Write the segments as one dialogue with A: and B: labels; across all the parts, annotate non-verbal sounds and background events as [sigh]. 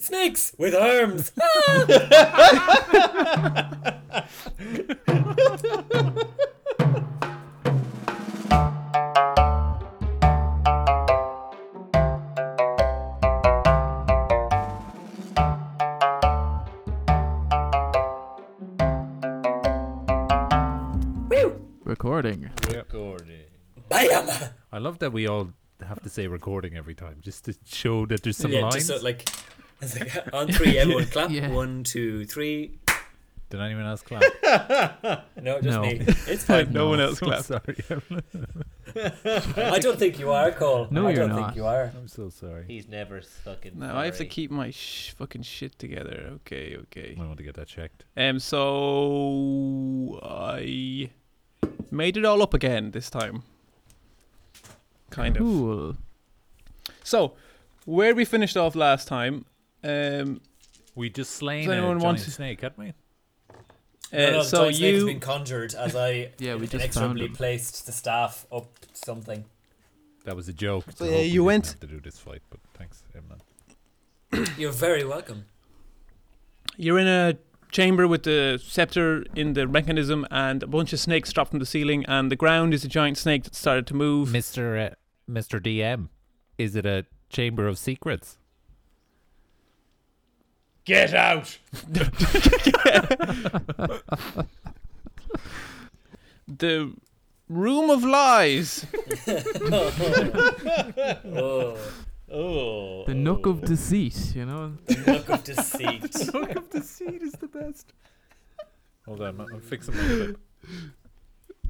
A: Snakes with [laughs] arms.
B: Recording.
C: Recording.
A: Bam.
C: I love that we all have to say recording every time, just to show that there's some
A: yeah,
C: lines.
A: just so, like, [laughs] it's like, on three, everyone clap.
B: Yeah.
A: One, two, three.
C: Did anyone else [laughs] clap?
A: No, just
B: No.
A: me. It's fine.
D: No [laughs] one else
C: I'm
D: clapped.
C: sorry. I'm,
A: I don't think you are, Cole.
B: No,
A: I
B: you're
A: don't
B: not.
A: think you are.
C: [laughs] I'm so sorry.
E: He's never fucking.
D: No, I have to keep my sh- fucking shit together. Okay, okay.
C: I want to get that checked.
D: Um, so I made it all up again this time. Kind of.
B: Cool.
D: So, where we finished off last time, um,
C: We just slain
D: Does
C: a
D: anyone
C: giant
D: want to-
C: snake, hadn't we?
D: uh,
A: no, no, the
D: so
A: giant snake has
D: you
A: been conjured as I
B: [laughs] Yeah, we just found
A: inexorably
B: him.
A: placed the staff up something.
C: That was a joke.
D: So,
C: I
D: yeah,
C: hope we
D: you
C: didn't
D: went-
C: have to do this fight, but thanks, Emma.
A: You're very welcome. [laughs]
D: you're in a chamber with the scepter in the mechanism, and a bunch of snakes dropped from the ceiling, and the ground is a giant snake that started to move.
C: Mister uh, Mister DM, is it a chamber of secrets? Get out!
D: [laughs] the room of lies.
A: Oh,
E: Oh.
B: The nook of deceit, you know?
A: the look of deceit.
C: Hold on, I'm- I'm fixing my clip.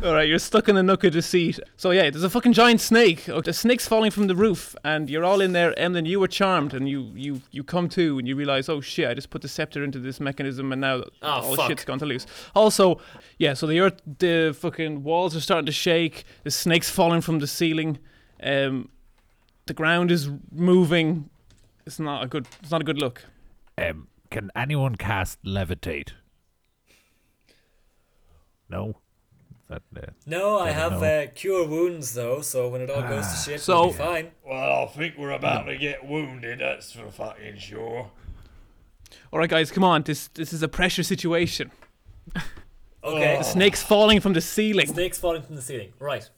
D: All right, you're stuck in the nook of the seat. So yeah, there's a fucking giant snake. Oh, the snake's falling from the roof, and you're all in there. And then you were charmed, and you you you come to, and you realize, oh shit, I just put the scepter into this mechanism, and now all
A: fuck.
D: shit's gone to loose. Also, yeah, so the earth, the fucking walls are starting to shake. The snake's falling from the ceiling. Um, the ground is moving. It's not a good. It's not a good look.
C: [laughs] Um, can anyone cast levitate? No. Is that uh,
A: No, I
C: Don't
A: have
C: know.
A: uh, cure wounds though, so when it all goes
B: Ah,
A: to shit,
D: So-
A: we'll be fine.
E: Well, I think we're about to get wounded. That's for fucking sure.
D: All right, guys, come on. This this is a pressure situation.
A: Okay.
D: The
B: Oh.
D: snake's falling from the ceiling.
A: Snakes falling from the ceiling. Right.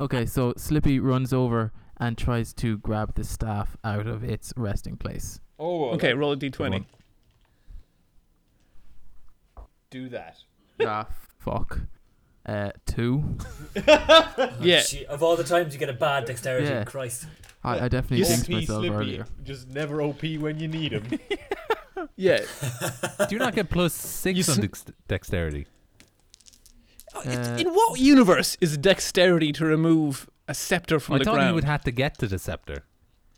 B: Okay, so Slippy runs over and tries to grab the staff out of its resting place.
E: [laughs] Oh.
D: Okay, roll a d20.
C: one.
E: Do that.
B: ah, fuck. Uh, two.
D: Yeah.
A: Gee, of all the times you get a bad dexterity,
B: Yeah.
A: Christ.
B: I, I definitely jinxed myself earlier.
E: Just never OP when you need [laughs] him.
D: Yeah.
C: Do you not get plus six
D: You
C: on
D: sn-
C: dex- dexterity?
D: Oh, it's-
B: Uh,
D: in what universe is dexterity to remove a scepter from
C: I
D: the
C: thought
D: ground?
C: you would have to get to the scepter.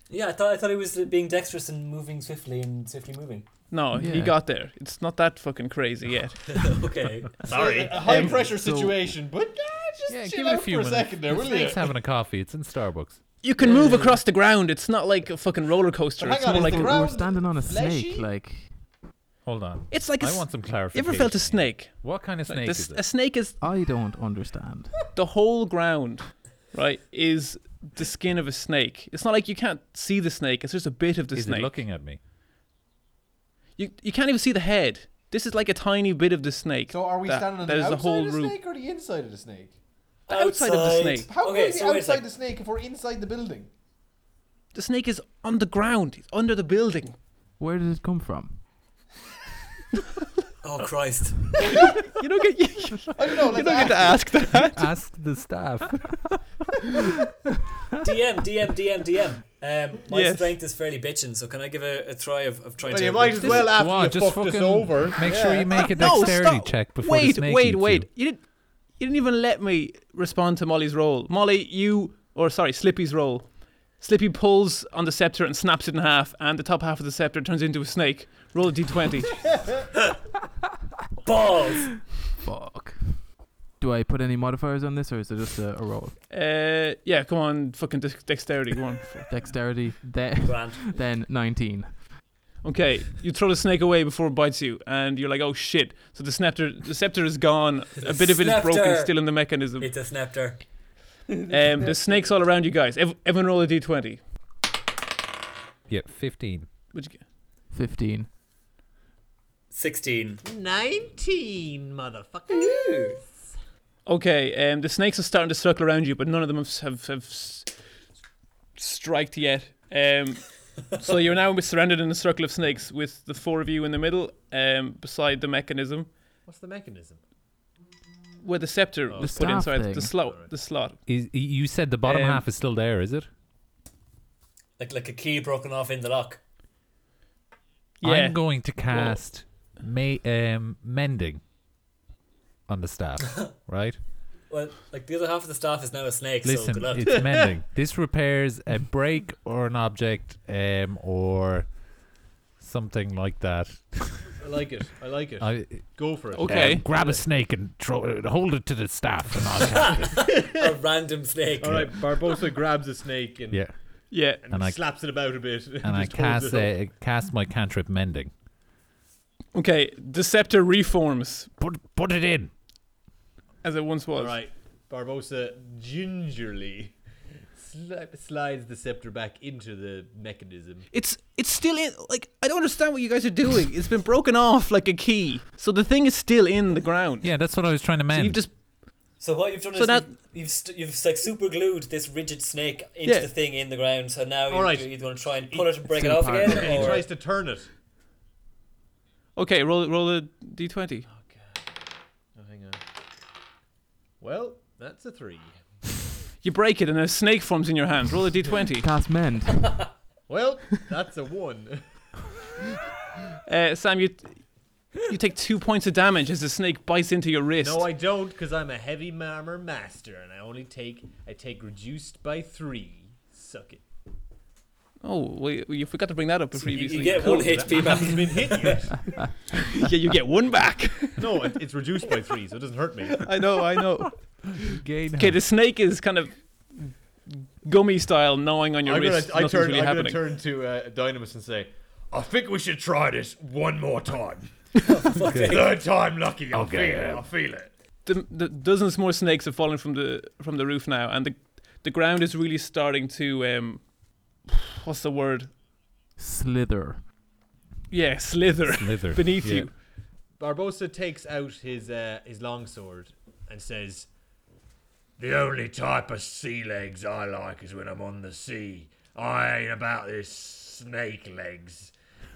A: Yeah, I thought I thought he was being dexterous and moving swiftly and swiftly moving.
D: no, he
B: Yeah.
D: got there. It's not that fucking
C: [sighs]
D: crazy yet.
A: [laughs] okay.
E: Sorry. A high pressure
B: so-
E: situation, but uh, just
B: Yeah,
E: chill out for a second there,
C: the
E: will you?
C: snake's having a coffee. It's in Starbucks.
D: You can move across the ground. It's not like a fucking roller coaster.
E: But hang
D: It's
E: on,
D: more
E: is
D: like
E: the
B: We're-
D: a,
E: ground
B: We're standing on a
E: fleshy?
B: snake, like.
C: Hold on.
D: it's like a
C: I
D: s-
C: want some
D: you
C: clarification.
D: ever felt a snake?
C: What kind of
D: Like
C: snake
D: this,
C: is
D: a
C: it?
D: snake is
B: I don't understand.
D: the whole ground, right? Is the skin of a snake. It's not like you can't see the snake. It's just a bit of the
C: Is
D: snake.
C: it looking at
D: [laughs]
C: me?
D: you you can't even see the head. This is like a tiny bit of the snake.
F: So are we
D: that-
F: standing on
D: that
F: the
D: is
F: outside
D: the whole
F: of the
D: room.
F: snake or the inside of the snake?
D: The outside of the snake.
F: How can we
A: okay,
F: be
A: so wait a
F: outside
A: second.
F: the snake if we're inside the
G: [laughs]
F: building?
D: The snake is on the ground. It's under the building.
B: Where did it come from?
A: Oh Christ.
D: You don't get [laughs] you,
F: I don't know.
D: [laughs] you
F: Let's
D: don't get to
F: ask.
D: ask that.
C: Ask the
D: [laughs]
C: staff.
A: DM, DM, DM, DM. Um, my
D: Yes.
A: strength is fairly bitching, so can I give a, a try of, of trying
F: Well,
A: to.
F: you might as well after
C: Come on,
F: you
C: just
F: fucked us
C: fucking
F: over.
C: make
F: Yeah.
C: sure you make a
D: [laughs] No,
C: dexterity
D: stop.
C: check [laughs] before
D: wait,
C: the snake
D: wait,
C: eats
D: wait.
C: You.
D: You didn't you didn't even let me respond to Molly's roll. Molly, you or sorry, Slippy's roll. Slippy pulls on the scepter and snaps it in half, and the top half of the scepter turns into a snake. Roll
C: [laughs]
D: a d20.
A: [laughs] balls.
B: Fuck. Do I put any modifiers on this, or is it just a, a roll?
D: uh, yeah, come on, fucking dex- dexterity, go on.
B: Dexterity, de- [laughs]
A: Grand.
B: then 19.
D: Okay, you throw the snake away before it bites you, and you're like, oh shit. So the scepter, the scepter is gone. A bit of it is broken,
A: Scepter.
D: still in the mechanism.
A: It's a snapter.
D: Um, there's snakes all around you guys. Ev- Everyone roll a d20.
C: Yeah, fifteen.
D: What'd you get?
B: 15.
A: 16.
G: 19, motherfucker.
D: Okay, um, the snakes are starting to circle around you, but none of them have have, have s- striked yet.
G: [laughs]
D: Um, so you're now surrounded in a circle of snakes with the four of you in the middle, um, beside the mechanism
G: What's the mechanism? Oh.
D: where the scepter
G: The
D: was put
B: staff
D: inside
B: thing.
D: the slot. The slot.
C: Is, you said the bottom
D: Um,
C: half is still there, is it?
A: Like like a key broken off in the lock.
D: Yeah.
C: I'm going to cast ma- um, mending on the staff,
D: [laughs]
C: right?
A: Well, like the other half of the staff is now a snake, so
C: Listen,
A: good luck.
C: it's [laughs] mending. This repairs a break or an object um, or something like that.
G: I like it. I like it.
C: I,
G: Go for it.
D: Okay.
C: um, grab a snake and throw it, hold it to the staff. And I'll cast it.
A: a random snake.
G: All right, Barbosa grabs a snake and,
C: [laughs] Yeah,
D: Yeah.
G: and,
C: And I-
G: slaps it about a bit. [laughs] And,
C: and I
G: just holds
C: cast
G: it
C: uh, cast my cantrip mending.
D: Okay. The scepter reforms
C: Put put it in.
D: as it once was.
G: All right, Barbosa gingerly sli- slides the scepter back into the mechanism.
D: It's it's still in. Like I don't understand what you guys are doing. it's been broken off like a key, so the thing is still in the ground.
C: Yeah, that's what I was trying to
D: So
C: mend.
D: you've just
A: So what you've done
D: So
A: is
D: that-
A: you've you've, st- you've like super glued this rigid snake into
D: Yeah.
A: the thing in the ground. So now
G: All
A: you're,
G: right.
A: you're going to try and pull it and break it
B: It's
A: off
B: in
A: again.
B: part.
G: He
A: or-
G: tries to turn it.
D: okay. Roll roll a d twenty.
G: Oh, hang on. Well, that's a three.
D: You break it, and a snake forms in your hand. Roll a d
G: [laughs]
D: twenty.
B: Cast mend.
D: [laughs]
G: Well, that's a one. [laughs]
D: Uh, Sam, you you take two points of damage as the snake bites into your wrist.
G: no, I don't, because I'm a heavy armor master, and I only take I take reduced by three. Suck it.
D: oh, well, you- you forgot to bring that up
A: You,
D: previously.
A: you get one
G: Cool, that-
A: HP
G: I
A: back. [laughs]
G: haven't been hit yet.
D: [laughs] yeah, you get one back.
G: No, it, it's reduced by three, so it doesn't hurt me.
D: I know, I
G: [laughs]
D: know.
C: Gain
D: Okay, the snake is kind of gummy style, gnawing on your
G: I'm
D: wrist.
G: gonna, I
D: Nothing's
G: turn,
D: really
G: I'm gonna
D: happening.
G: turn to uh, Dynamis and say,
E: I think we should try this one more time.
A: Okay.
E: Third time lucky. I
C: Okay.
E: feel it. I feel it.
D: the, the dozens more snakes have fallen from the from the roof now, and the the ground is really starting to um, what's the word?
B: Slither.
D: Yeah, slither
C: slither
D: [laughs] beneath you.
G: Barbosa takes out his uh, his longsword and says,
E: The only type of sea legs I like is when I'm on the sea. I ain't about this snake legs.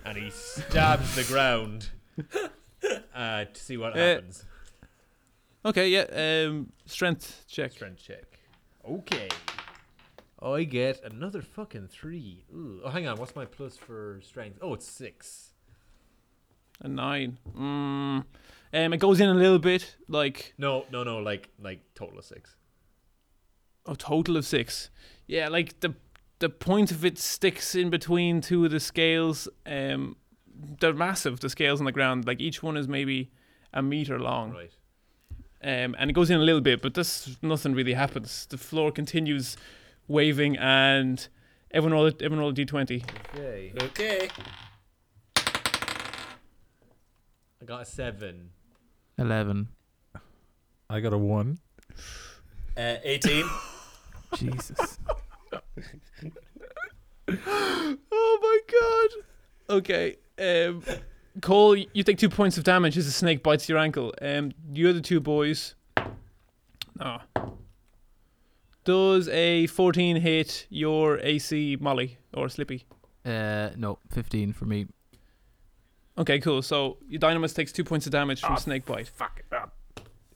G: and he stabs the ground uh, to see what
D: Uh,
G: happens.
D: Okay, yeah. Um, strength check.
G: Strength check. Okay. I get another fucking three. Ooh. Oh, hang on. What's my plus for strength? Oh, it's six.
D: A nine. Mm. Um, it goes in a little bit, like
G: No, no, no. Like, like total of six.
D: a total of six. Yeah, like the the point of it sticks in between two of the scales. Um, they're massive. The scales on the ground, like each one is maybe a meter long.
G: Right.
D: Um, and it goes in a little bit, but this nothing really happens. The floor continues waving, and everyone roll a- everyone roll a d twenty.
G: Okay.
A: okay.
G: I got a seven.
B: 11.
C: I got a one.
A: Uh, 18.
B: Jesus.
D: Oh my god. Okay. Um, Cole, you take two points of damage as the snake bites your ankle. Um, the other two boys. No. Does a 14 hit your AC Molly or Slippy?
B: [laughs] Uh, no, 15 for me.
D: Okay, cool. So your Dynamis takes two points of damage from
C: Ah,
D: snake bite.
C: Fuck it up.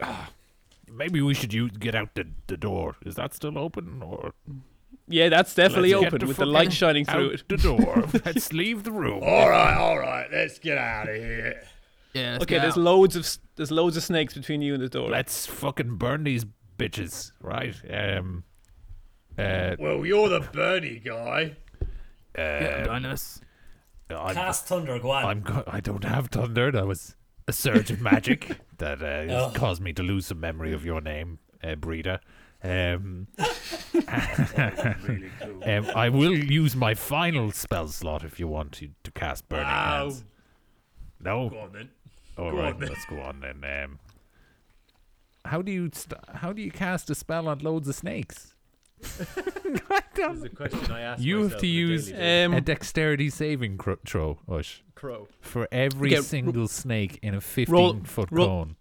C: Ah, Maybe we should use, get out the, the door. Is that still open? Or
D: Yeah, that's definitely
C: Let's get
D: open
C: the
D: with the light
C: fucking
D: shining through
C: out
D: it.
C: the [laughs] door. Let's leave the room.
E: All right, all right. Let's get out of here.
B: Yeah, let's
D: Okay,
B: get
D: there's
B: out.
D: loads of s- there's loads of snakes between you and the door.
C: Let's fucking burn these bitches, right? Um, uh,
E: Well, you're the Bernie guy.
B: Yeah,
C: uh,
B: Dynamis.
C: I'm,
A: Cast Thunder, go on.
C: [laughs] I'm go- I don't have thunder. That was a surge of
E: [laughs]
C: magic that uh, has
A: Oh.
C: caused me to lose some memory of your name, uh, Breeder. Um, [laughs]
E: Really cool.
C: um, I will use my final spell slot if you want to, to cast burning
G: Wow.
C: hands. No,
E: Go on then.
C: All
E: Go
C: right,
E: on then.
C: let's go on then. Um, how do you st- how do you cast a spell on loads of snakes?
G: Is the question I asked
C: You have
G: myself
C: to
G: on a
C: use,
G: daily basis.
D: Um,
C: a dexterity saving cro- throw, Ush,
G: crow.
C: for every
D: Yeah, ro-
C: single snake in a 15
D: roll-
C: foot
D: roll-
C: cone.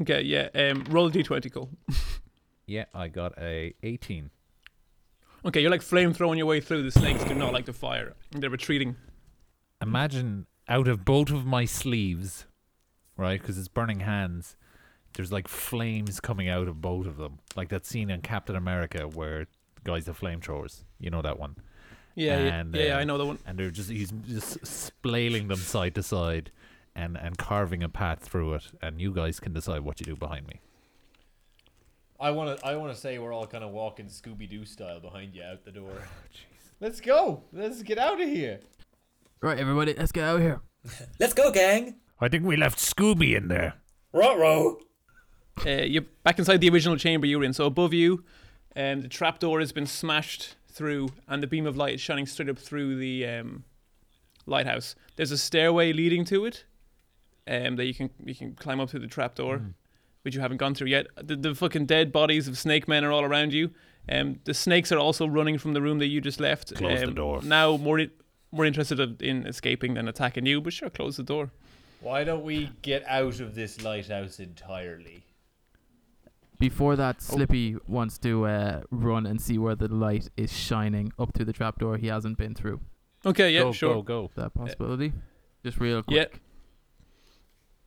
D: okay, yeah. Um, roll a d20, Cole.
C: Yeah, I got a 18.
D: Okay, you're like flame throwing your way through. The snakes do not like the fire. They're retreating.
C: Imagine out of both of my sleeves, right? Because it's burning hands. There's like flames coming out of both of them, like that scene in Captain America where the guys have flamethrowers. You know that one.
D: Yeah, yeah,
C: And,
D: yeah, yeah,
C: uh,
D: I know that one.
C: and they're just he's just splailing them side to side and and carving a path through it and you guys can decide what you do behind me
G: I want to. I want to say we're all kind of walking Scooby Doo style behind you out the
C: [laughs]
G: door.
C: Oh,
F: Let's go. Let's get out of here.
B: Right, everybody, let's get out of here.
A: Let's go, gang.
C: i think we left scooby in there
A: Ruh-roh.
D: Uh, you're back inside the original chamber you were in. So above you, um, the trapdoor has been smashed through, and the beam of light is shining straight up through the um, lighthouse. There's a stairway leading to it um, that you can you can climb up through the trapdoor,
C: Hmm.
D: which you haven't gone through yet. The, the fucking dead bodies of snake men are all around you. Um, the snakes are also running from the room that you just left.
C: Close the
D: Um,
C: door.
D: Now more i- more interested of- in escaping than attacking you, but sure, close the door.
G: Why don't we get out of this lighthouse entirely?
B: Before
D: Oh.
B: that, Slippy wants to uh, run and see where the light is shining up through the trapdoor he hasn't been through.
D: Okay, yeah,
C: go
D: sure.
C: go go
B: Is that a possibility? Just real
D: Yeah.
B: quick.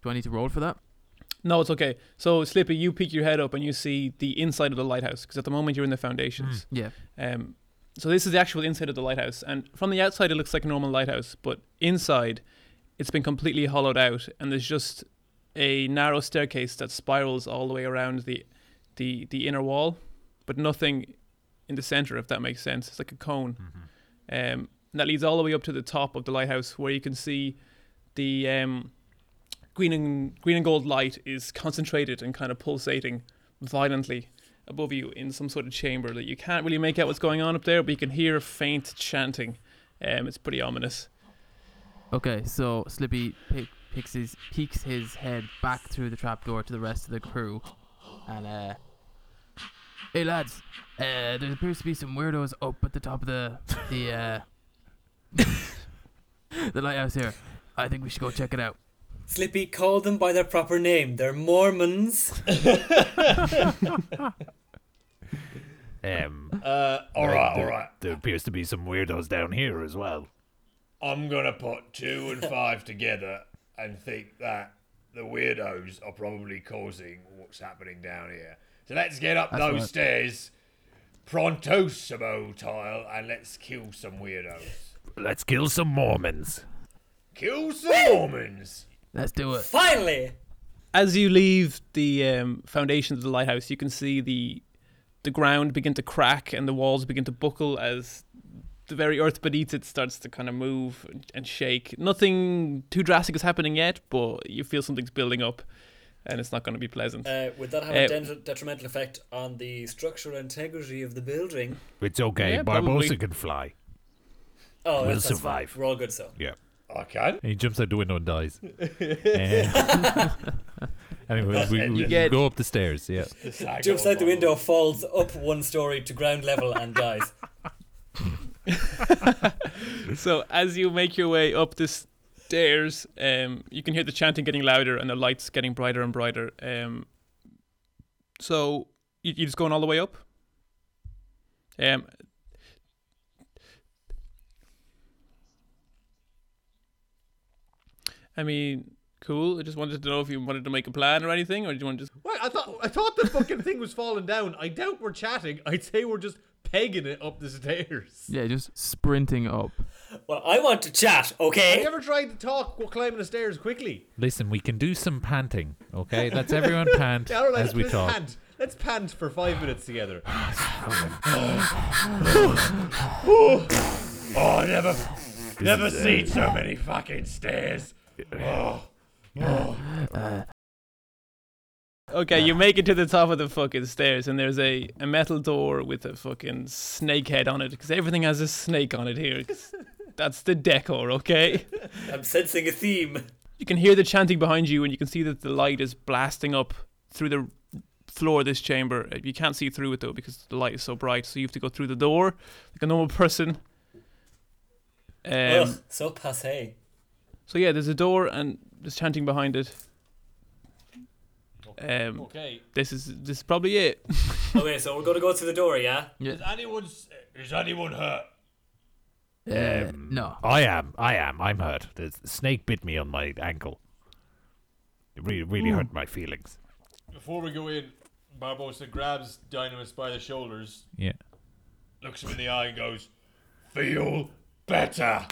B: Do I need to roll for that?
D: No, it's okay. So, Slippy, you peek your head up and you see the inside of the lighthouse because at the moment you're in the foundations.
B: Yeah.
D: Um, so, this is the actual inside of the lighthouse. And from the outside, it looks like a normal lighthouse, but inside, it's been completely hollowed out and there's just a narrow staircase that spirals all the way around the, the, the inner wall, but nothing in the center, if that makes sense. It's like a cone. Um, and that leads all the way up to the top of the lighthouse where you can see the um, green and green and gold light is concentrated and kind of pulsating violently above you in some sort of chamber that you can't really make out what's going on up there, but you can hear faint chanting. Um, it's pretty ominous.
B: Okay, so Slippy pick, picks his, peeks his head back through the trapdoor to the rest of the crew, and uh, hey lads, uh, there appears to be some weirdos up at the top of the the uh, [laughs] the lighthouse here. I think we should go check it out.
A: Slippy called them by their proper name. They're Mormons.
C: um
G: Uh,
E: All right, all
C: there,
E: right.
C: there appears to be some weirdos down here as well
E: I'm gonna put two
B: [laughs]
E: and five together and think that the weirdos are probably causing what's happening down here. So let's get up
B: That's
E: those
B: right.
E: stairs, prontosimo tile, and let's kill some weirdos.
C: let's kill some mormons
B: [laughs]
E: Kill some Mormons.
B: Let's do it.
A: Finally.
D: As you leave the um, foundations of the lighthouse, you can see the the ground begin to crack and the walls begin to buckle as the very earth beneath it starts to kind of move and- and shake. Nothing too drastic is happening yet, but you feel something's building up, and it's not going to be pleasant.
A: Uh, would that have a
C: Eh.
D: Uh,
A: den- detrimental effect on the structural integrity of the building?
C: it's okay
D: Yeah,
C: barbosa
D: probably.
C: can fly
A: Oh,
C: We'll
A: that's, that's fine.
C: survive.
A: We're all good, so.
C: yeah
E: I can.
C: and he jumps out the window and dies [laughs] Um, anyway we, we
D: get-
C: go up the stairs yeah
A: Jumps out the window, falls up one story to ground level, and [laughs] dies.
D: So as you make your way up the stairs, um, you can hear the chanting getting louder and the lights getting brighter and brighter. Um, so you, you're just going all the way up. Um, I mean, cool. I just wanted to know if you wanted to make a plan or anything, or do you want to just?
G: What? I thought I thought the fucking thing was falling down. I doubt we're chatting. I'd say we're just pegging it up the stairs.
B: Yeah, just sprinting [gasps] up.
A: Well, I want to chat,
G: I
A: okay?
G: never tried to talk while climbing the stairs quickly.
C: listen we can do some panting okay let's everyone pant
G: Yeah, [laughs] all right,
C: as we
G: let's
C: talk Ah,
G: pant. Let's pant for five
C: [sighs]
G: minutes together.
E: [sighs] Oh, I never, never seen so many fucking stairs. Oh,
B: Uh,
E: oh.
D: Okay, you make it to the top of the fucking stairs, and there's a, a metal door with a fucking snake head on it, because everything has a snake on it here.
F: [laughs]
D: 'cause That's the decor, okay?
A: I'm sensing a theme.
D: You can hear the chanting behind you, and you can see that the light is blasting up through the floor of this chamber. Uh, You can't see through it though because the light is so bright. So you have to go through the door like a normal person. Um,
A: Ugh, so passe.
D: so yeah, there's a door and there's chanting behind it. Um,
F: Okay.
D: this is this is probably it. [laughs]
A: okay, so we're gonna go through the door, yeah?
E: Is anyone s- is anyone hurt?
B: Uh, no.
C: I am. I am. I'm hurt. The snake bit me on my ankle. It really, really hurt my feelings.
F: Before we go in, Barbosa grabs Dynamis by the shoulders.
C: Yeah.
E: Looks him in the eye and goes, "Feel
C: [laughs]
E: better."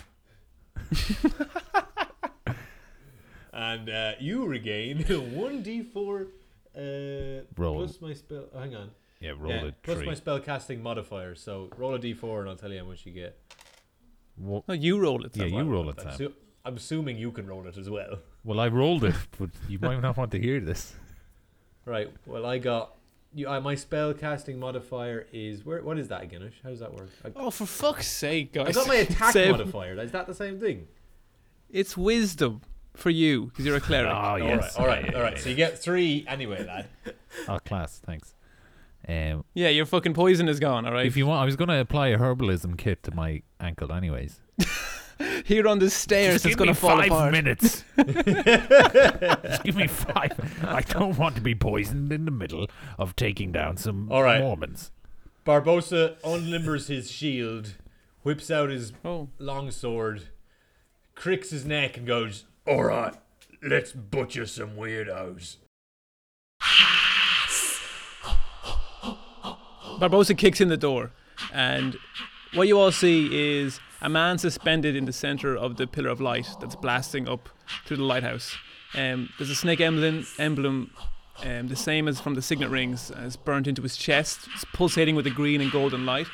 G: And uh, you regain [laughs] 1d4 uh,
C: Roll.
G: plus my spell. oh, hang on.
C: Yeah. Roll
G: Yeah,
C: a
G: plus
C: tree.
G: my spell casting modifier. So roll a d4 and I'll tell you how much you get.
C: Wha-
D: No, you roll it.
C: yeah.
D: Sam.
C: You roll it,
G: I'm,
C: Sam.
G: su- I'm assuming you can roll it as well. [laughs]
C: Well, I rolled it, but you might not want to hear this.
G: Right. Well, I got. You, uh, my spell casting modifier is where? What is that again? Ish? How does that work? I,
D: Oh, for fuck's sake, guys!
C: [laughs]
G: I got my attack
D: Same.
G: modifier. Is that the same thing?
D: It's wisdom for you because you're
C: [laughs]
D: a cleric.
C: Oh yes.
G: All right. All right. All right. So you get three anyway, lad.
C: Oh, class. Thanks. Um,
D: Yeah, your fucking poison is gone. All right.
C: if you want, I was going to apply a herbalism kit to my ankle, anyways.
D: Here on the stairs, it's
C: give me
D: gonna fall
C: five
D: apart.
C: minutes. Just give me five. I don't want to be poisoned in the middle of taking down some
G: All right.
C: Mormons.
G: Barbosa unlimbers his shield, whips out his
D: Oh,
G: long sword, cricks his neck, and goes.
E: All right, let's butcher some weirdos.
D: Barbosa kicks in the door, and what you all see is a man suspended in the center of the pillar of light that's blasting up through the lighthouse. Um, there's a snake emblem, emblem um, the same as from the signet rings, uh, it's burnt into his chest. It's pulsating with a green and golden light.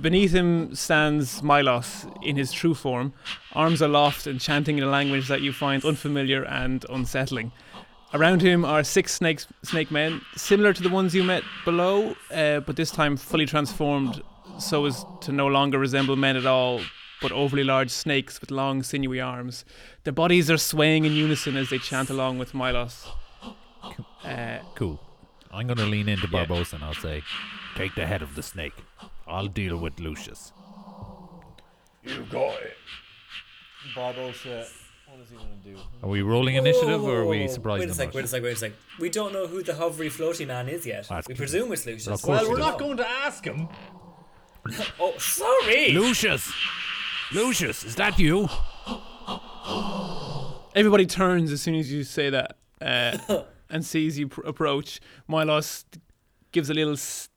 D: Beneath him stands Milos in his true form, arms aloft and chanting in a language that you find unfamiliar and unsettling. Around him are six snakes, snake men, similar to the ones you met below, uh, but this time fully transformed so as to no longer resemble men at all, but overly large snakes with long, sinewy arms. Their bodies are swaying in unison as they chant along with Milos. Uh,
C: Cool. I'm going to lean into
D: Yeah.
C: Barbosa and I'll say, "Take the head of the snake. I'll deal with Lucius."
E: You got it.
F: Barbosa. What is he gonna do?
C: Are we rolling initiative or are we
A: Whoa.
C: surprised?
A: Wait a sec, wait a sec, wait a sec. We don't know who the hovery floaty man is yet.
C: That's
A: we
C: true.
A: presume it's Lucius.
C: Well, of course
G: Well,
C: we
G: we're
C: do.
G: not going to ask him.
A: Oh, sorry!
C: Lucius, Lucius, is that you?
D: everybody turns as soon as you say that uh, and sees you pr- approach. Milos gives a little. S-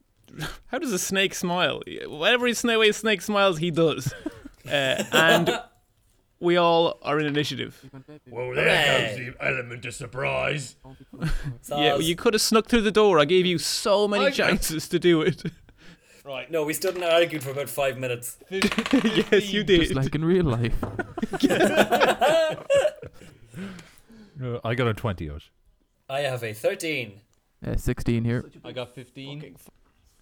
D: How does a snake smile? Whatever his snake way a snake smiles, he does. Uh, and we all are in initiative.
E: Well, Oh, there goes the element of surprise.
A: Saz.
D: Yeah, well, you could have snuck through the door. I gave you so many chances to do
C: [laughs]
D: it.
F: Right.
A: No, we stood and argued for about five minutes.
D: [laughs] yes,
B: [laughs]
D: you
B: Just
D: did.
B: like in real life.
C: Uh, I got a twenty. Osh.
A: I have a 13.
B: Uh, 16 here.
F: I got 15.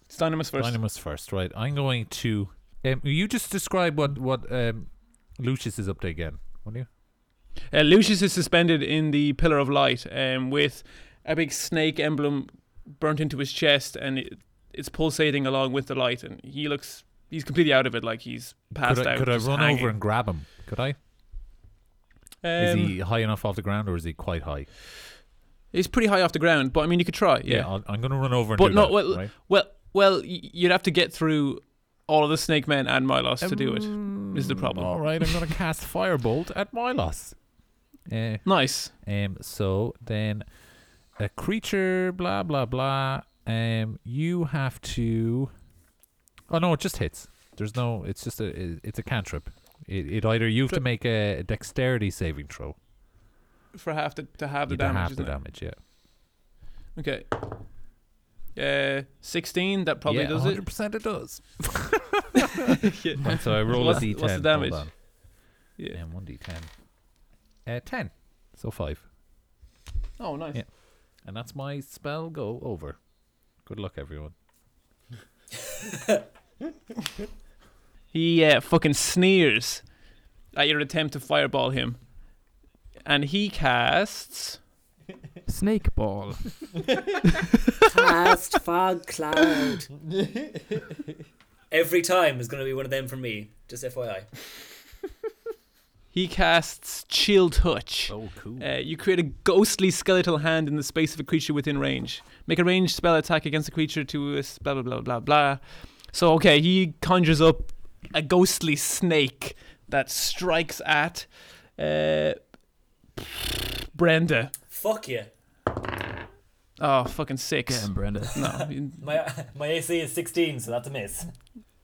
D: It's Dynamis first.
C: Dynamis first, right? I'm going to. Um, you just describe what what um, Lucius is up to again, won't you?
D: Uh, Lucius is suspended in the Pillar of Light um, with a big snake emblem burnt into his chest and it, it's pulsating along with the light. And he looks, he's completely out of it, like he's passed
C: could I,
D: out.
C: could I
D: just
C: run
D: hanging.
C: over and grab him? Could I? is
D: Um,
C: he high enough off the ground, or is he quite high?
D: He's pretty high off the ground, but I mean, you could try. Yeah.
C: I'll, I'm going to run over and
D: But
C: do
D: not
C: that,
D: well-
C: right?
D: Well, well, y- you'd have to get through all of the snake men and Milos to do
C: Um,
D: it. Is the problem?
C: All right, I'm going to cast Firebolt at Milos. Uh,
D: Nice.
C: um, so then, a creature, blah blah blah. Um, you have to. Oh no, it just hits. There's no. It's just a. it- It's a cantrip. It, it either you have to
D: Tri-
C: make a dexterity saving throw.
D: For half to, to have the
C: you don't
D: damage.
C: have the
D: isn't it?
C: damage. Yeah.
D: Okay. Yeah, 16, that probably
C: yeah,
D: does
C: 100
D: it.
C: percent it does.
D: [laughs]
C: [laughs]
D: Yeah.
C: Right, so I roll
D: What's-
C: a d10.
D: what's the
C: Hold
D: damage?
C: on.
D: Yeah.
C: Um, one d10. Uh, ten. So five.
D: Oh, nice.
C: Yeah. And that's my spell go over. Good luck, everyone.
D: He uh, fucking sneers at your attempt to fireball him. And he casts
B: Snake
D: [laughs]
B: ball.
A: Past fog cloud. Every time is going to be one of them for me. Just FYI.
D: He casts Chill Touch.
C: Oh, cool.
D: Uh, you create a ghostly skeletal hand in the space of a creature within range. Make a ranged spell attack against a creature to a s- blah blah blah blah blah. So okay, he conjures up a ghostly snake that strikes at uh, Brenda.
A: Fuck you.
D: Oh, fucking six.
B: Get him, Brenda.
D: No, [laughs] you-
A: My [laughs] my AC is 16, so that's a miss.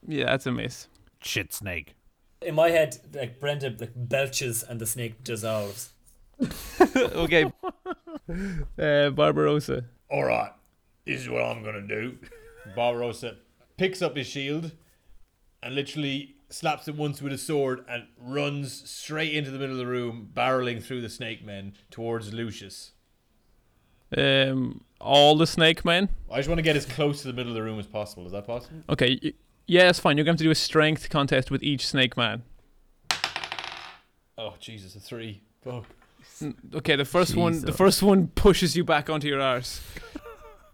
D: yeah, that's a
G: [laughs]
D: miss.
C: Shit snake.
A: In my head, like Brenda like belches and the snake dissolves.
D: okay, uh, Barbarossa.
E: All right, this is what I'm gonna do.
F: [laughs] Barbarossa picks up his shield and literally slaps it once with his sword and runs straight into the middle of the room, barreling through the snake men towards Lucius.
D: Um, all the snake men.
F: I just want to get as close to the middle of the room as possible. Is that possible?
D: Okay, y- yeah, that's fine. You're going to have to do a strength contest with each snake man.
F: Oh Jesus, a three. Fuck. [laughs]
D: Okay, the first one, the
B: Jesus.
D: first one pushes you back onto your arse.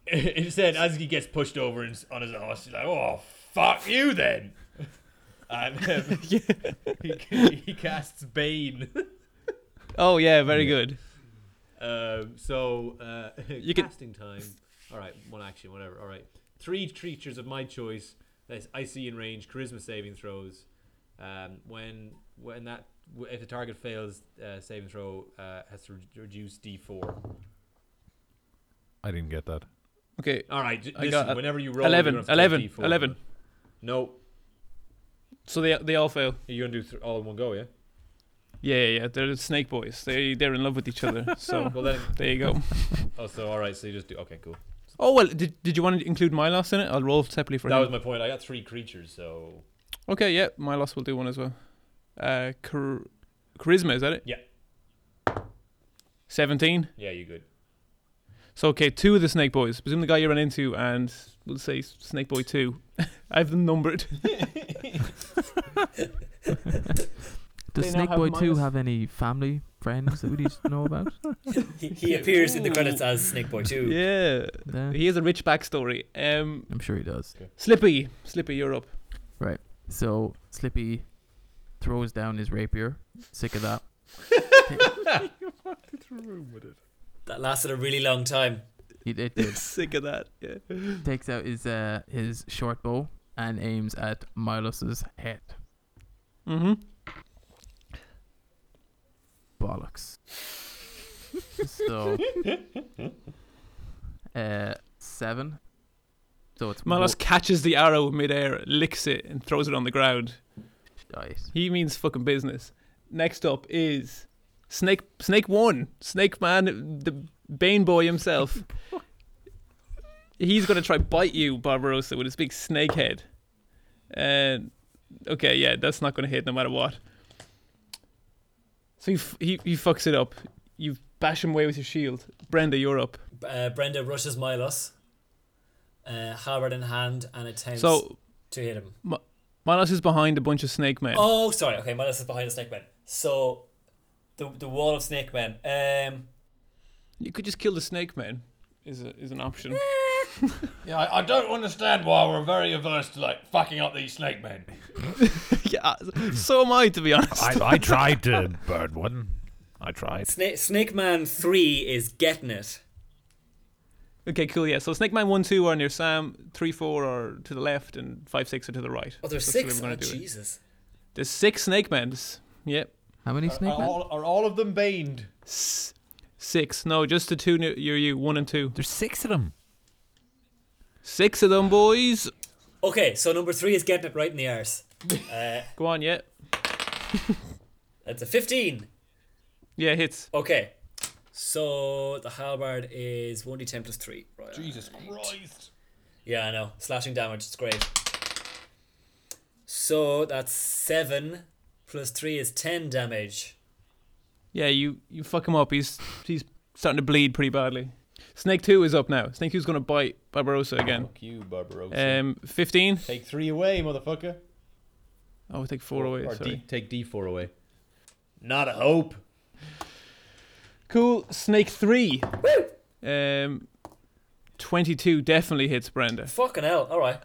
E: Instead, as he gets pushed over and s- on his arse, he's like, "Oh, fuck you then."
F: [laughs] And um, [laughs] he, he casts Bane.
D: Oh yeah, very good.
G: Um, so uh,
D: You can-
G: casting time. All right, one action, whatever. All right, three creatures of my choice that I see in range, charisma saving throws. Um, when when that w- if the target fails uh, saving throw uh, has to re- reduce D four.
C: I didn't get that.
D: Okay,
G: All right, j-
D: I
G: listen,
D: got uh, a-
G: whenever you roll,
D: 11,
G: you're gonna have
D: 11,
G: to do D4.
D: 11.
G: No,
D: so they they all fail.
G: you're gonna do th- all in one go, yeah.
D: Yeah, yeah, yeah. They're the snake boys. They they're in love with each other.
G: [laughs]
D: So
G: Well then,
D: there you go.
G: oh so all right, so you just do okay, cool.
D: Oh well, did, did you want to include Milos in it? I'll roll separately for
G: That
D: him.
G: was my point. I got three creatures, so
D: okay, yeah, Milos will do one as well. Uh, char- charisma is that it?
G: Yeah.
D: Seventeen.
G: yeah, you good.
D: So okay, two of the snake boys. Presume the guy you ran into, and we'll say snake boy two. [laughs] I have them numbered.
B: Does
D: They now
B: Snake
D: have
B: Boy 2
D: minus-
B: have any family, friends that we need to know
D: [laughs]
B: about?
A: He, he appears in the credits as Snake Boy 2.
D: Yeah,
B: There?
D: he has a rich backstory. Um,
B: I'm sure he does.
D: Slippy, Slippy, you're up.
B: So Slippy throws down his rapier. Sick of that.
A: That lasted a really long time.
B: He it did.
D: [laughs] Sick of that. Yeah.
B: takes out his uh, his short bow and aims at Milos's head.
D: Mm-hmm.
B: Bollocks. so uh seven. So it's
D: Malos catches the arrow midair, licks it, and throws it on the ground.
B: wo- dice.
D: He means fucking business. Next up is Snake Snake One, Snake Man, the Bane Boy himself. He's gonna try bite you, Barbarossa, with his big snake head. And okay, yeah, that's not gonna hit no matter what. So he f- he, he fucks it up. You bash him away with your shield. Brenda, you're up.
A: Uh, Brenda rushes Milos, uh, halberd in hand, and attempts
D: So
A: to hit him.
D: Milos is behind a bunch of snake men.
A: Oh, sorry. Okay, Milos is behind the snake men. So, the the wall of snake men. Um,
D: You could just kill the snake men. Is a, is an option.
E: Yeah, I, I don't understand why we're very averse to like fucking up these snake men.
D: [laughs] yeah, so am I to be honest.
C: I, I tried to burn one. I tried.
A: Snake Snake Man Three is getting it.
D: Okay, cool. Yeah, so Snake Man one, two are near Sam, three, four are to the left, and five, six are to the right.
A: Oh, there's
D: That's the way
A: six.
D: we're gonna
A: Oh,
D: do it.
A: Jesus.
D: There's six Snake Men. Yep,
B: How many
F: Are,
B: snake
F: are,
E: Uh,
B: men?
F: all, are all of them baned?
D: S- six. No, just the two near near you, one and two.
C: There's six of them.
D: Six of them boys.
A: Okay, so number three is getting it right in the arse. Uh,
D: Go on, yeah,
A: that's a fifteen.
D: yeah, hits.
A: Okay, so the halberd is one d ten plus three. Right.
F: Jesus Christ!
A: Yeah, I know. Slashing damage. It's great. So that's seven plus three is ten damage.
D: Yeah, you you fuck him up. He's he's starting to bleed pretty badly. Snake two is up now. Snake two's gonna bite Barbarossa again.
G: Oh,
F: Fuck you, Barbarossa.
D: Um, fifteen.
F: take three away, motherfucker.
D: Oh, we take four away.
F: Or D,
D: Sorry.
F: take D four away.
E: Not a hope.
D: Cool. Snake three. Um, 22 definitely hits Brenda.
A: Fucking hell. All right.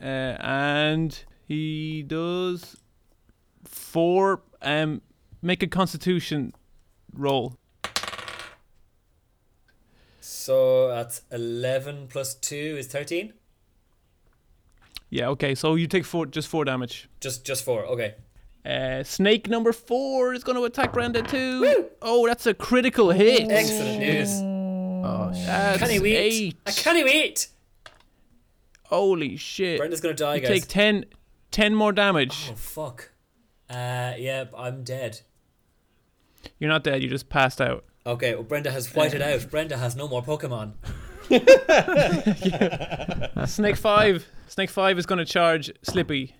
D: Uh, and he does four. Um, make a constitution roll.
A: So that's 11 plus 2 is 13?
D: Yeah, okay. So you take four, just four damage.
A: Just just 4. Okay.
D: Uh, snake number four is going to attack Brenda too. Oh, that's a critical hit.
A: Excellent news.
B: Oh, sh-
D: That's
A: Can he wait?
D: eight.
A: I Can he wait?
D: Holy shit.
A: Brenda's gonna die,
D: you
A: guys.
D: take 10, 10 more damage.
A: oh fuck. Uh, yeah, I'm dead.
D: You're not dead. You just passed out.
A: Okay, well, Brenda has whited out. Brenda has no more Pokemon.
D: Snake five. Snake five is going to charge Slippy.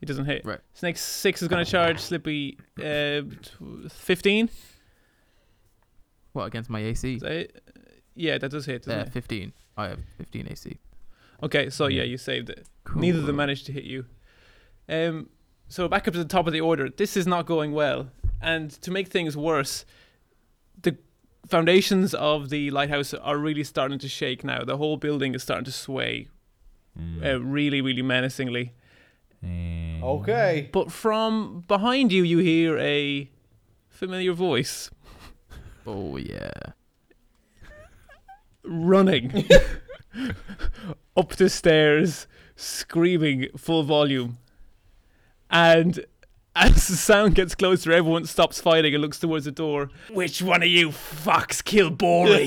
D: He doesn't hit.
B: Right.
D: Snake six is going to charge Slippy. Uh, fifteen.
B: what against my AC?
D: Yeah, that does hit. Doesn't
B: Uh,
D: it?
B: 15. I have 15 AC.
D: Okay, so yeah, you saved it.
B: Cool.
D: Neither of them managed to hit you. Um, so back up to the top of the order. This is not going well, and to make things worse, the foundations of the lighthouse are really starting to shake now. The whole building is starting to sway, uh, really, really menacingly.
F: Okay.
D: But from behind you, you hear a familiar voice
B: Oh yeah.
D: running up the stairs, screaming full volume. And as the sound gets closer, everyone stops fighting and looks towards the door. Which one of you fucks killed Bori?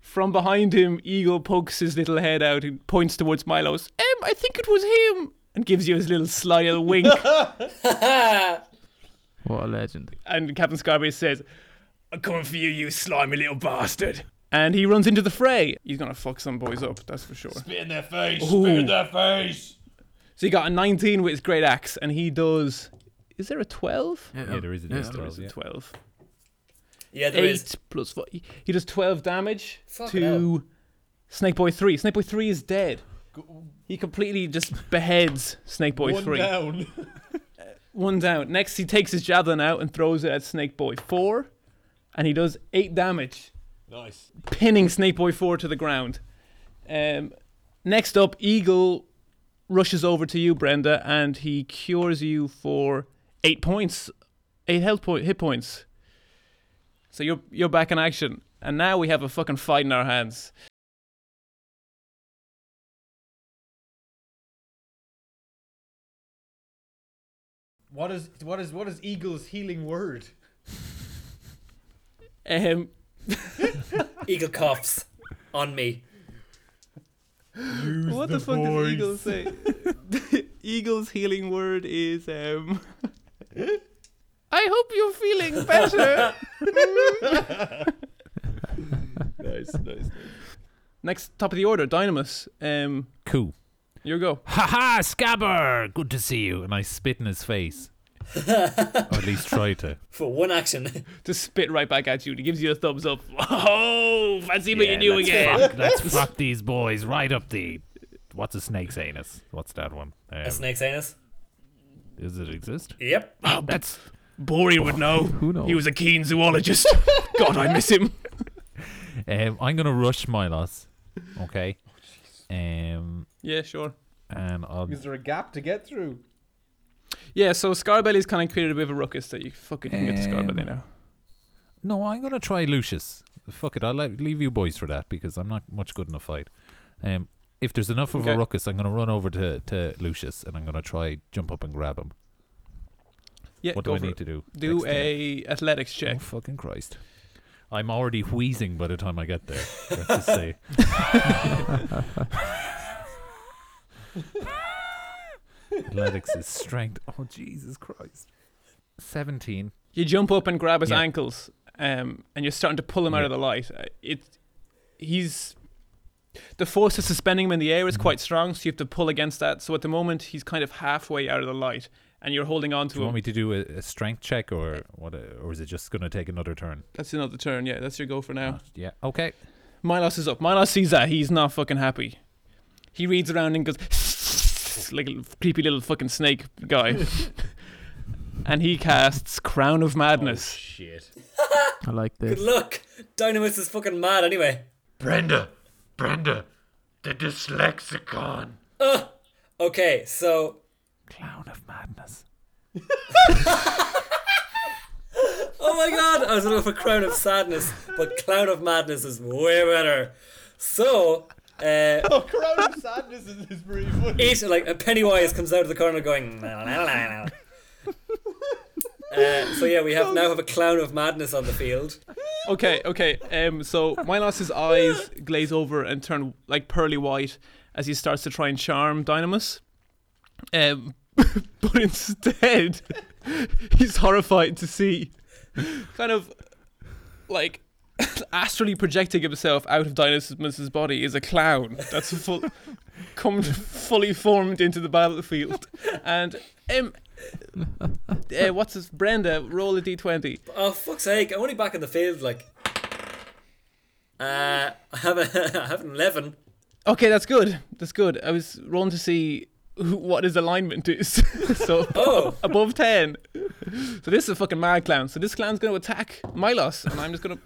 D: From behind him, Eagle pokes his little head out and points towards Milos. Em, I think it was him! And gives you his little sly little wink.
B: What a legend.
D: And Captain Scarberry says, I'm coming for you, you slimy little bastard. And he runs into the fray. He's gonna fuck some boys up, that's for sure.
E: Spit in their face. Spit in their face.
D: So he got a 19 with his great axe, and he does. Is there a 12?
C: Yeah, there is a
B: yeah.
C: distance.
D: There is a 12.
A: Yeah, there is.
D: 8 plus 4. He does 12 damage
A: Fucking
D: to Snake Boy 3. Snake Boy 3 is dead. He completely just beheads Snake Boy
F: One
D: 3.
F: down.
D: One down. Next, he takes his javelin out and throws it at Snake Boy 4, and he does 8 damage.
F: nice.
D: pinning Snake Boy 4 to the ground. Um, next up, Eagle rushes over to you, Brenda, and he cures you for eight points, eight health point, hit points. So you're you're back in action, and now we have a fucking fight in our hands. [laughs]
F: What is what is what is Eagle's healing word?
D: Um,
A: Eagle coughs on me.
D: what the, fuck does Eagle say? Eagle's healing word is um. I hope you're feeling better.
F: Nice, nice.
D: Next top of the order, Dynamus. Um,
C: Cool.
D: your go.
C: Ha ha, Scabber! Good to see you. And I spit in his face. or at least try [laughs] to.
A: For one action. [laughs]
D: just spit right back at you. And he gives you a thumbs up. Oh, fancy meeting you
C: let's
D: again.
C: Fuck, let's fuck these boys right up the. What's a snake's anus? What's that one? Um,
A: A snake's anus.
C: does it exist?
A: Yep.
D: Oh, that's Bori would know.
B: Who
C: Oh.
B: knows?
D: He was a keen zoologist. God, I miss him.
C: Um, I'm gonna rush Milos. Okay. Um,
D: Yeah, sure.
C: and I'll
F: Is there a gap to get through?
D: Yeah, so Scarbelly's kind of created a bit of a ruckus that you fucking can get to Scarbelly
C: Um,
D: now.
C: no. I'm gonna try Lucius. Fuck it. I'll let, leave you boys for that because I'm not much good in a fight. Um, if there's enough of
D: Okay.
C: a ruckus, I'm gonna run over to, to Lucius and I'm gonna try jump up and grab him.
D: Yeah,
C: what do
D: go
C: I
D: for
C: need
D: it.
C: to do?
D: Eh, Do
C: Dexterity?
D: a athletics
C: Oh
D: check.
C: fucking Christ! I'm already wheezing by the time I get
D: [laughs]
C: there. Let's just say. Athletics is strength. Oh Jesus Christ! Seventeen.
D: You jump up and grab his
C: Yeah.
D: ankles, um, and you're starting to pull him out
C: Yeah.
D: of the light. Uh, It, he's the force that's suspending him in the
C: Mm-hmm.
D: air is quite strong, so you have to pull against that. So at the moment, he's kind of halfway out of the light, and you're holding on
C: Do
D: to
C: you
D: him.
C: want me to do a, a strength check or what? uh or is it just going to take another turn?
D: That's another turn. Yeah, that's your go for now.
C: Yeah. Okay.
D: Milos is up. Milos sees that. He's not fucking happy. He reads [laughs]
C: [laughs]
D: around and goes, like a creepy little fucking snake guy. and he casts Crown
C: Oh,
D: of Madness.
F: Shit.
B: I like
A: Good
B: this.
A: luck. Dynamis is fucking mad anyway.
E: [laughs] Brenda, Brenda, the dyslexicon.
A: Okay, so
C: Clown of madness.
A: oh my god, I was looking for Crown of Sadness, but Clown of Madness is way better. So uh,
F: Oh, Crown of Sadness is, is pretty funny.
A: each like a Pennywise comes out of the corner going. "La, la, la, la,
F: [laughs]
A: la." Uh, so yeah, we
F: Oh.
A: have now have a clown of madness on the field.
D: Okay, okay. Um, so Minos's eyes glaze over and turn like pearly white as he starts to try and charm Dynamus. Um, [laughs] but instead, [laughs] he's horrified to see kind of like [laughs] astrally projecting himself out of Dynamus's body is a clown that's full, come fully formed into the battlefield. And um, uh, what's his Brenda? Roll a d20.
A: Oh fuck's sake! I'm only back in the field like. Uh, I have a [laughs] I have an eleven.
D: Okay, that's good. That's good. I was rolling to see who, what his alignment is. [laughs] so
A: Oh,
D: above ten. So this is a fucking mad clown. So this clown's going to attack Milos, and I'm just going to.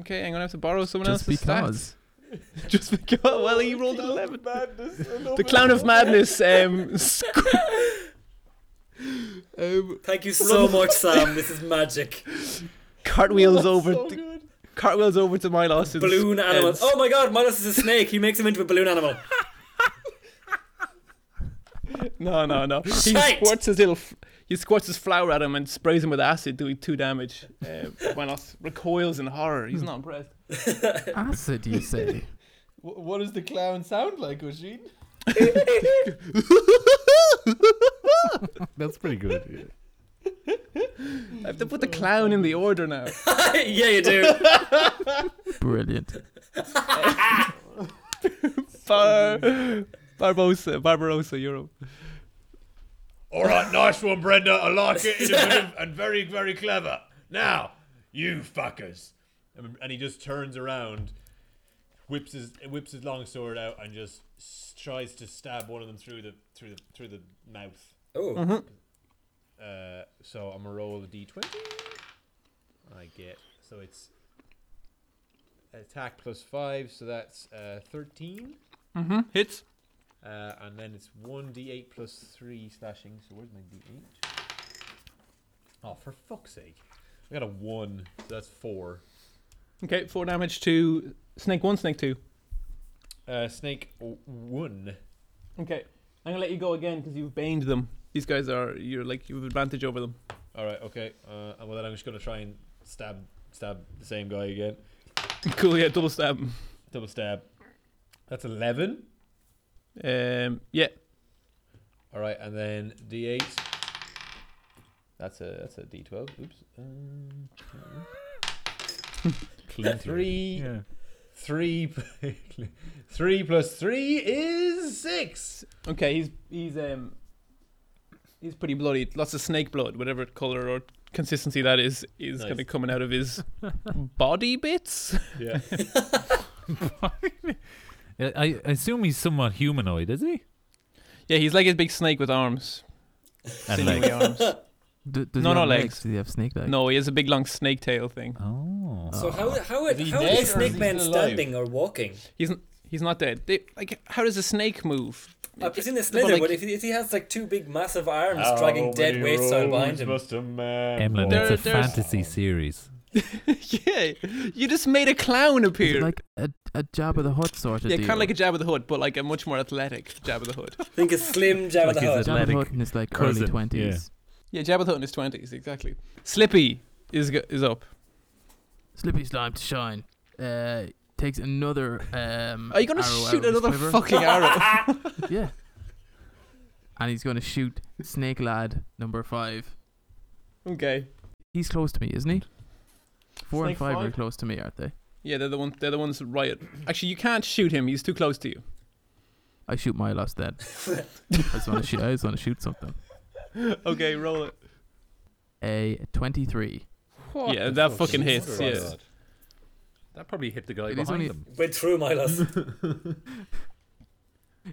D: Okay, I'm going to have to borrow someone
B: Just
D: else's
B: because.
D: stats. [laughs] Just because. Well, he rolled an eleven.
F: Madness.
D: The clown of madness.
F: [laughs]
D: Um, sc- [laughs] um,
A: thank you so much, Sam. This
F: [laughs]
A: is magic.
D: cartwheels over.
F: Oh, So
D: to-
F: good.
D: cartwheels over to Milos. and-
A: Balloon animal.
D: and-
A: Oh my god, Milos is a snake. He makes him into a balloon animal. [laughs]
D: No, no, [laughs] no. He
A: Shite.
D: squirts his little. F- he squirts his flower at him and sprays him with acid, doing two damage. Uh, Milos recoils in horror. He's not impressed.
B: Acid, you say?
F: Wh- What does the clown sound like, Oshin?
C: That's pretty [laughs] good.
D: I have to put the clown in the order [laughs] now.
A: yeah, you do.
B: Brilliant.
D: Bar- Barbosa, Barbarossa, Euro.
E: All right, nice one, Brenda. I like it. Innovative and very, very clever. Now, you fuckers.
F: And and he just turns around, whips his whips his long sword out, and just s- tries to stab one of them through the through the through the mouth.
A: Oh,
D: Uh-huh.
F: Uh, so I'm gonna roll a d20. I get so it's attack plus five, so that's uh, 13,
D: Mm-hmm. Hits.
F: uh, and then it's one d8 plus three slashing. So where's my d8? Oh, for fuck's sake! I got a one, so that's four.
D: Okay, four damage to Snake 1, Snake 2.
F: Uh, snake o- one.
D: Okay, I'm gonna let you go again because you've baned them. These guys are, you're like, you have advantage over them. [laughs]
F: All right, okay. Uh, and well, then I'm just gonna try and stab, stab the same guy again.
D: Cool, yeah, double stab.
F: Double stab. That's eleven.
D: Um, yeah,
F: All right, and then D8. That's a that's a D12. Oops. Um, [laughs] three,
C: Yeah.
G: [laughs]
F: three, three plus three is six.
D: Okay, he's he's um he's pretty bloody. Lots of snake blood, whatever color or consistency that is, is
F: Nice.
D: kind of coming out
B: [laughs]
D: of his body bits.
F: Yeah.
C: Yeah, I I assume he's somewhat humanoid, is he?
D: Yeah, he's like a big snake with arms.
C: And
D: sinewy
C: legs.
B: [laughs]
D: arms.
B: D- does
D: No,
B: he
D: no
B: have
D: legs.
B: Does he have snake legs?
D: No, he has a big long snake tail thing.
C: Oh.
A: so how how
F: Is he
A: how
F: dead or
A: is
F: is
A: the snake
F: he
A: man
F: still alive?
A: standing or walking?
D: He's n- he's not dead. They, like, how does a snake move?
A: Uh, he's in the
D: Well,
A: slither,
D: like-
A: but if he, if he has like two big massive arms
E: Oh,
A: dragging dead weight
E: weights
A: style behind him,
C: Emlyn,
D: There-
C: it's a
D: there's-
C: fantasy series.
D: [laughs] yeah, you just made a clown
B: Is it
D: appear.
B: like a, a jab of the hood sort of
D: yeah,
B: deal?
D: kind of like a Jabba the Hood, but like a much more athletic Jabba the Hood.
A: think a slim Jabba
C: Like
A: the
C: he's
B: Jabba
A: Hutt.
B: the
C: athletic
B: Hutt in his like
C: cousin,
B: early
C: yeah.
B: twenties.
D: [laughs] Yeah, Jabba the Hutt in his twenties, exactly. Slippy is go- is up.
B: Slippy slime to shine. Uh, takes another. Um,
D: Are you gonna
B: arrow out of
D: shoot
B: his
D: another
B: quiver.
D: fucking arrow? [laughs]
B: Yeah. And he's gonna shoot Snake Lad number five.
D: okay.
B: He's close to me, isn't he? Four
F: Snake
B: and five, are
F: five?
B: close to me, aren't they?
D: Yeah, they're the ones. They're the ones that riot. Actually, you can't shoot him. He's too close to you.
B: I shoot my last then. I just want to shoot. I just want to shoot something.
D: Okay, roll it.
B: A twenty-three.
D: yeah, that fucking hits.
C: Christ.
D: Yeah.
C: That probably hit the guy
B: It is only-
C: them.
A: Went through Milos.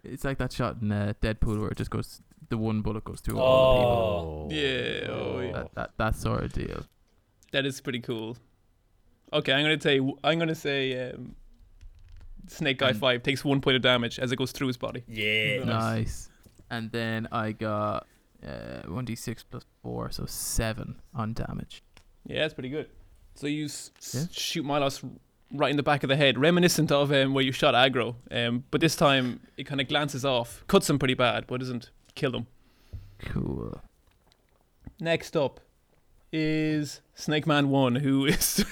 B: It's like that shot in uh, Deadpool where it just goes the one bullet goes through all
A: Oh.
B: the people.
D: Yeah, oh, yeah.
B: That, that that sort of deal.
D: That is pretty cool. Okay, I'm gonna say I'm gonna say um, Snake Guy
B: And-
D: Five takes one point of damage as it goes through his body.
E: Yeah.
B: Nice. And then I got uh, 1d6 plus 4, so 7 on damage.
D: Yeah, that's pretty good. So you s- s-
B: Yeah.
D: shoot Milos right in the back of the head, reminiscent of um, where you shot aggro, um, but this time it kind of glances off, cuts him pretty bad, but doesn't kill him.
B: Cool.
D: Next up is Snake Man One, who is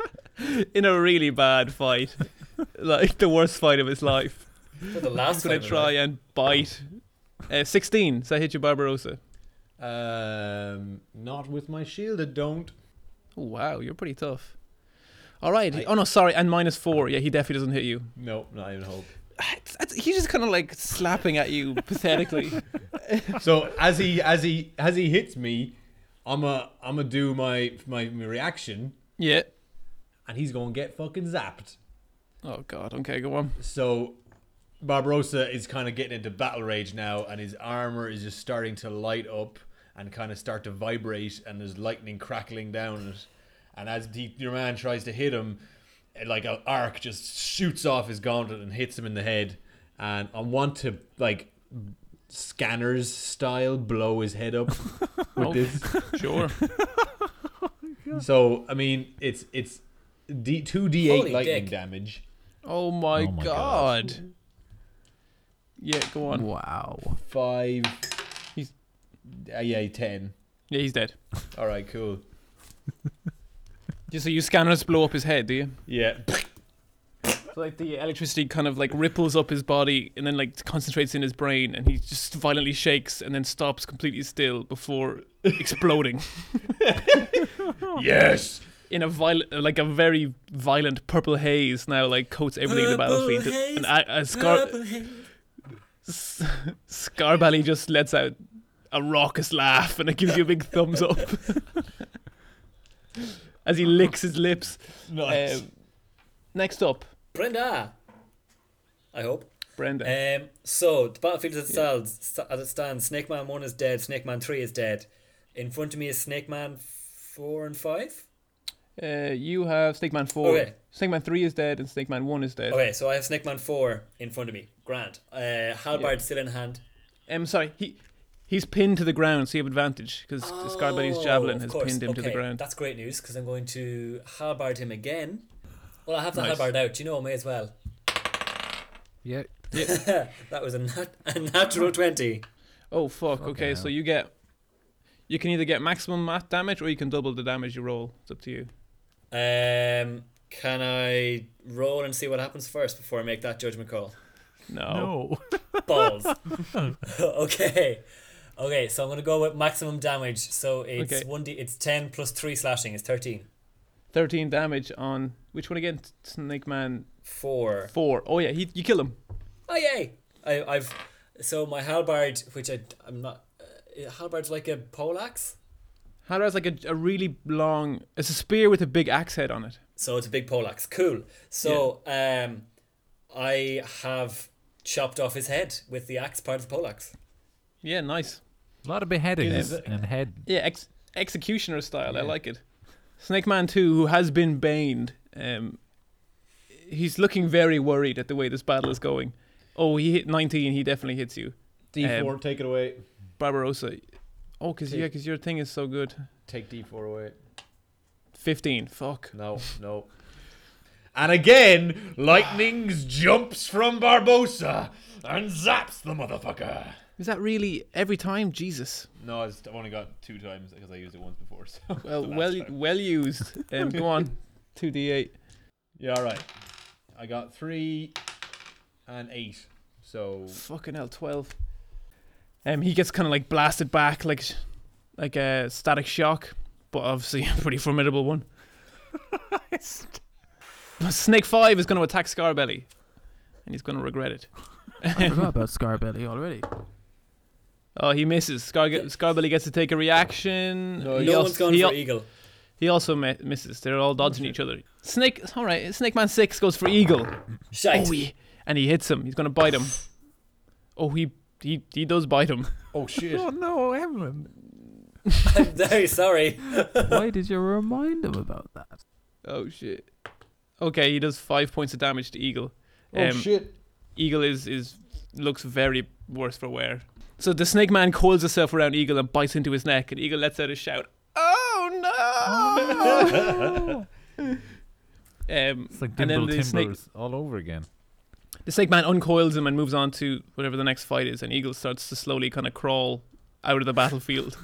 D: [laughs] in a really bad fight, [laughs] like the worst fight of his life.
A: For the last
D: He's gonna
A: time,
D: try
A: right?
D: and bite. Uh, 16, so I hit you, Barbarossa.
G: Um, not with my shield. I don't.
D: Oh, wow, you're pretty tough. All right.
G: I-
D: oh, no, sorry, and minus four. Yeah, he definitely doesn't hit you.
G: No, not even hope.
D: It's- it's- he's just kind of like slapping at [laughs] you pathetically.
G: so as he as he as he hits me, I'm a I'm gonna do my, my my reaction,
D: Yeah.
G: and he's gonna get fucking zapped.
D: Oh, God. Okay, go on.
G: So Barbarossa is kind of getting into battle rage now, and his armor is just starting to light up and kind of start to vibrate, and there's lightning crackling down it. And as the, your man tries to hit him, eh, like an arc just shoots off his gauntlet and hits him in the head. And I want to like scanners style blow his head up with this.
D: Sure.
G: So I mean, it's it's d two d
A: Holy
G: eight lightning
A: dick.
G: damage.
D: [laughs] Oh, my,
C: Oh my
D: God.
C: God.
D: Yeah, go on.
B: Wow.
G: Five.
D: He's-
G: uh, yeah, ten.
D: Yeah, he's dead.
G: All right, cool.
D: Just so you scanners blow up his head, do you?
G: Yeah.
D: So, like, the electricity kind of like ripples up his body and then like concentrates in his brain, and he just violently shakes and then stops completely still [laughs] before exploding.
E: Yes.
D: in a violent, like a very violent purple haze now, like coats everything in the
A: Purple
D: battlefield.
A: haze,
D: and a, a scar, s- Scarbally just lets out a raucous laugh, and it gives you a big thumbs up [laughs] as he licks his lips.
G: Nice.
D: Um, next up,
A: Brenda. I hope.
D: Brenda.
A: Um, so the battlefield as it stands, st- as it stands, Snake Man One is dead. Snake Man Three is dead. In front of me is Snake Man Four and Five.
D: Uh, you have Snake Man four.
A: Okay.
D: Snake Man three is dead, and Snake Man one is dead.
A: Okay, so I have Snake Man Four in front of me. Grand. Uh, Halbard still in hand.
D: Um, sorry, he. He's pinned to the ground, so you have advantage because Scarbally's
A: Oh,
D: javelin
A: of
D: has
A: course.
D: pinned him to the
A: Okay,
D: ground.
A: That's great news because I'm going to halbard him again. Well, I have the
D: Nice.
A: halbard out. You know, may as well.
C: Yeah.
A: That was a, nat- [laughs] a natural twenty.
D: Oh fuck. Okay,
C: Fucking
D: so
C: hell.
D: you get you can either get maximum math damage or you can double the damage you roll. It's up to you.
A: Um, can I roll and see what happens first before I make that judgment
D: [laughs]
A: call?
D: No.
C: No.
D: [laughs]
A: balls. [laughs] okay. Okay, so I'm gonna go with maximum damage. So it's
D: Okay.
A: one d. It's ten plus three slashing. It's thirteen.
D: 13 damage on which one again? Snake Man
A: Four.
D: 4. Oh yeah, he, you kill him.
A: Oh yay! I, I've so my halberd, which I I'm not. Uh, halberd's like a poleaxe,
D: Hadar has like a, a really long it's a spear with a big axe head on it.
A: so it's a big poleaxe. Cool. So um, I have chopped off his head with the axe part of the poleaxe.
D: Yeah, nice.
C: A lot of beheadings
G: Is-
C: and head.
D: Yeah, ex- executioner style. I
C: Yeah.
D: like it. Snake Man 2 who has been baned um he's looking very worried at the way this battle is going. Oh, he hit 19, he definitely hits you.
G: D4, take it away.
D: Barbarossa. Oh, because
G: Take-
D: yeah, because your thing is so good.
G: Take D4 away.
D: Fifteen. Fuck.
G: No, no. And again, lightning jumps from Barbosa and zaps the motherfucker.
D: Is that really every time? Jesus.
G: No, I've only got two times because I used it once before. [laughs] So
D: Well,
G: the last
D: well,
G: time.
D: well used.
G: [laughs]
D: Um, go on. Two d eight.
G: yeah, all right. I got three and eight. So
D: Fucking hell. Twelve. Um, he gets kind of like blasted back, like, sh- like a static shock, but obviously [laughs] a pretty formidable one. Snake Five is going to attack Scarbelly, and he's going to regret it.
B: I forgot about Scarbelly already.
D: Oh, he misses. Scar- Scarbelly gets to take a reaction.
G: No,
D: He
A: no
D: als-
A: one's gone
D: Oh, he
A: for
G: E-
D: al- Oh,
A: eagle.
D: He also mi- misses. They're all dodging
G: Oh,
D: each other. Snake, all right. Snake Man Six goes for Eagle.
A: Shite. [laughs]
D: Oh, he, and he hits him. [laughs] He's gonna bite him. Oh, he he he does bite him.
B: [laughs]
G: Oh shit!
C: Oh no, Emlyn.
A: I'm very sorry.
B: Why did you remind him about that?
D: Oh shit. Okay, he does five points of damage to Eagle. Um,
G: Oh shit!
D: Eagle is is looks very worse for wear. So the snake man coils himself around Eagle and bites into his neck, and Eagle lets out a shout. Oh
G: [laughs]
D: no! um,
C: It's like
D: and then
C: Dimble
D: the
C: Timbers
D: snake,
C: all over again.
D: the snake man uncoils him and moves on to whatever the next fight is, and Eagle starts to slowly kind of crawl out of the battlefield,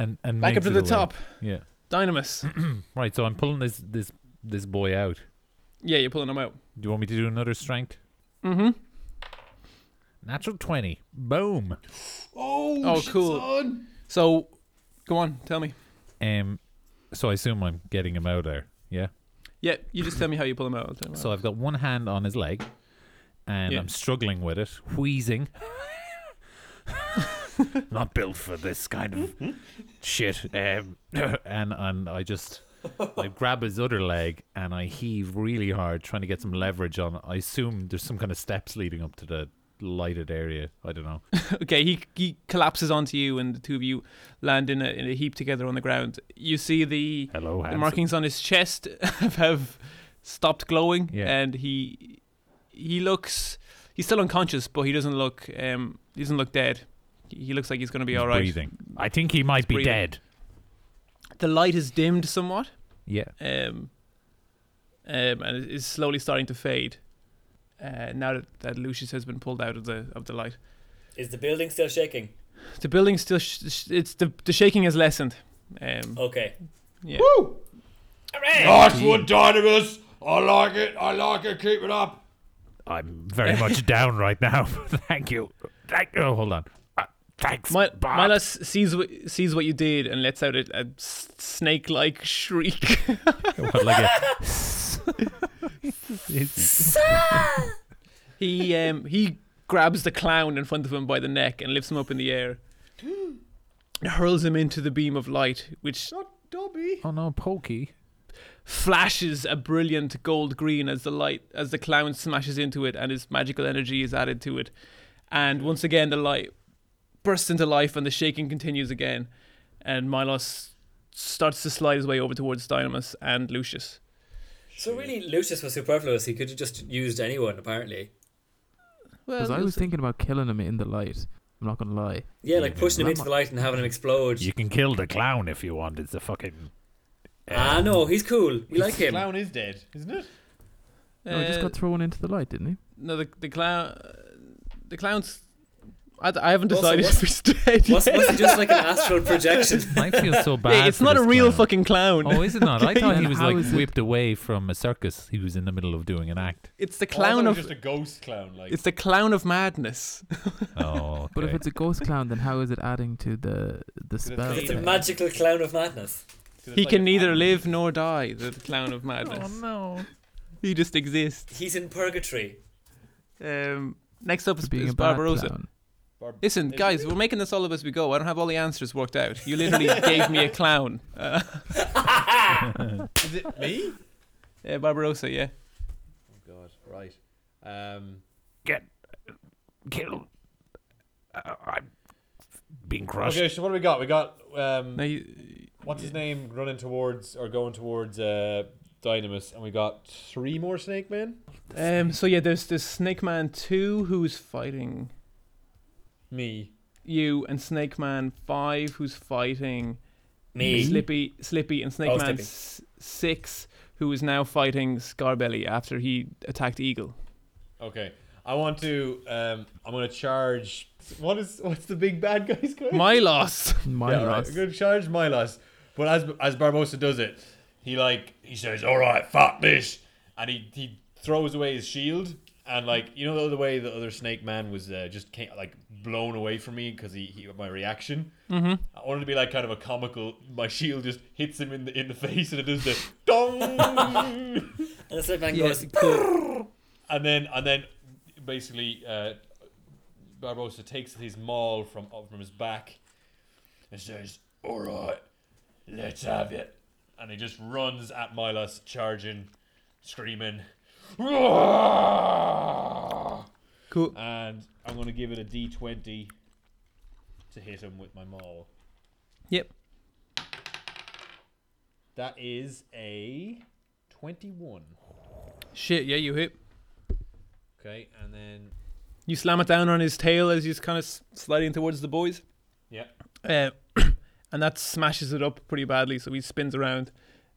C: And and
D: back up
C: makes
D: to
C: it
D: the
C: away.
D: top.
C: Yeah.
D: Dynamis.
C: [clears throat] Right. So I'm pulling this this this boy out.
D: yeah, you're pulling him out.
C: Do you want me to do another strength?
D: Mm-hmm.
C: Natural twenty. Boom.
G: Oh,
D: Oh,
G: shit,
D: cool.
G: son.
D: So, go on, tell me.
C: Um. So I assume I'm getting him out there. Yeah.
D: Yeah, you just tell me how you pull him out. I'll tell him
C: [laughs] So I've got one hand on his leg, and
D: Yeah.
C: I'm struggling with it, wheezing. [laughs] Not built for this kind of shit. Um, [coughs] and and I just I grab his other leg and I heave really hard, trying to get some leverage on. I assume there's some kind of steps leading up to the lighted area. I don't know.
D: Okay, he he collapses onto you, and the two of you land in a in a heap together on the ground. You see the,
C: Hello,
D: the
C: handsome.
D: markings on his chest [laughs] have, have stopped glowing,
C: Yeah.
D: and he he looks he's still unconscious, but he doesn't look um he doesn't look dead. He he looks like he's going to be
C: He's
D: all right.
C: breathing. I think he might be
D: breathing.
C: dead.
D: The light is dimmed somewhat,
C: Yeah.
D: um, um, and it is slowly starting to fade. Uh, now that, that Lucius has been pulled out of the of the light,
A: Is the building still shaking?
D: the building still sh- sh- it's the the shaking has lessened. Um,
A: Okay.
D: yeah.
H: Nice one, Dynamus. I like it. I like it. Keep it up.
C: I'm very
D: [laughs]
C: much down right now. [laughs] Thank you. Thank you. Oh, hold on. Uh, thanks.
D: My,
C: Bob.
D: Milos sees what sees what you did and lets out a, a s- snake-like [laughs] shriek.
C: What, like a- It's-
D: he um he grabs the clown in front of him by the neck and lifts him up in the air, and hurls him into the beam of light, which
G: Dobby.
C: oh no, Pokey.
D: flashes a brilliant gold green as the light as the clown smashes into it and his magical energy is added to it. And once again the light bursts into life and the shaking continues again. And Milos starts to slide his way over towards Dynamis and Lucius.
A: So really, Lucius was superfluous. He could have just used anyone, apparently.
D: Well,
B: Because I was
D: Lucius-
B: thinking about killing him in the light. I'm not gonna lie.
A: Yeah, like pushing him
B: That
A: into
B: mu-
A: the light and having him explode.
C: You can kill the clown if you want. It's a fucking.
A: Ah, no, he's cool. We like him. [laughs]
G: Clown is dead, isn't it?
B: No, Oh, he just
D: Uh,
B: got thrown into the light, didn't he?
D: No, the the clown, uh, the clowns. I, I haven't
A: Also,
D: decided if he's dead
A: Was,
D: yet.
A: was it just like an astral projection?
C: I feel so bad.
D: Yeah, it's
C: for
D: not a
C: this
D: real
C: clown.
D: fucking clown.
C: Oh, is it not? I thought
B: Then
C: he was
B: how
C: like
B: is it-
C: whipped away from a circus. He was in the middle of doing an
D: [laughs]
C: act.
D: It's the
G: Oh, I thought
D: clown
G: it was
D: of
G: just a ghost clown. Like
D: it's the clown of madness.
C: Oh,
B: But if
C: okay.
B: it's a ghost clown, then how is it adding to the the spell?
A: It's a
B: thing?
A: magical clown of madness.
G: 'cause it's
D: He
G: like
D: can
G: an
D: neither
G: animal.
D: live nor die.
A: [laughs]
D: The clown of madness.
C: no.
D: He just exists.
A: He's in purgatory.
D: Um, next up is,
B: For being
D: is
B: a bad
D: Barbarossa.
B: clown.
G: Barb-
D: Listen, guys, we're making this all up as we go. I don't have all the answers worked out.
A: [laughs]
D: You literally gave me a clown. Uh,
G: is it me?
D: yeah, Uh, Barbarossa, yeah.
G: [laughs] Oh God, right. Um,
C: Get killed. Uh, I'm being crushed.
G: okay, so what do we got? We got
D: Now
G: um,
D: you,
G: what's his name running towards or going towards uh, Dynamis, and we got three more snake men.
D: um, so yeah, there's this Snake Man two who's fighting.
G: Me.
D: you and Snake Man five, who's fighting
A: Me.
D: Slippy, Slippy, and Snake
A: Oh,
D: Man
A: Slippy.
D: s- six, who is now fighting Scarbelly after he attacked Eagle.
G: Okay. I want to. Um, I'm gonna charge. What is? What's the big bad guy's [laughs]
D: [laughs]
G: called?
D: Milos,
B: My
G: Yeah,
B: loss.
G: right. Good charge, Milos. But as as Barbosa does it, he like he says, "All right, fuck this," and he he throws away his shield and like you know the other way the other Snake Man was uh, just came, like blown away from me because he, he my reaction. Mm-hmm. I wanted to be like kind of a comical. My shield just hits him in the [laughs] in the face and it does the dong.
A: And the slip man
D: Yeah,
A: goes,
G: And then and then basically uh, Barbosa takes his maul from up from his back and says, "All right, let's have it." And he just runs at Milos, charging, screaming.
D: Cool.
G: And
F: I'm going to give it a d20 to hit him with my maul.
D: Yep.
F: That is a 21.
D: Shit, yeah, you hit.
G: Okay, and then
D: You slam it down on his tail as he's kind of s- sliding towards the boys.
F: Yeah.
D: Uh, [clears throat] and that smashes it up pretty badly, so he spins around.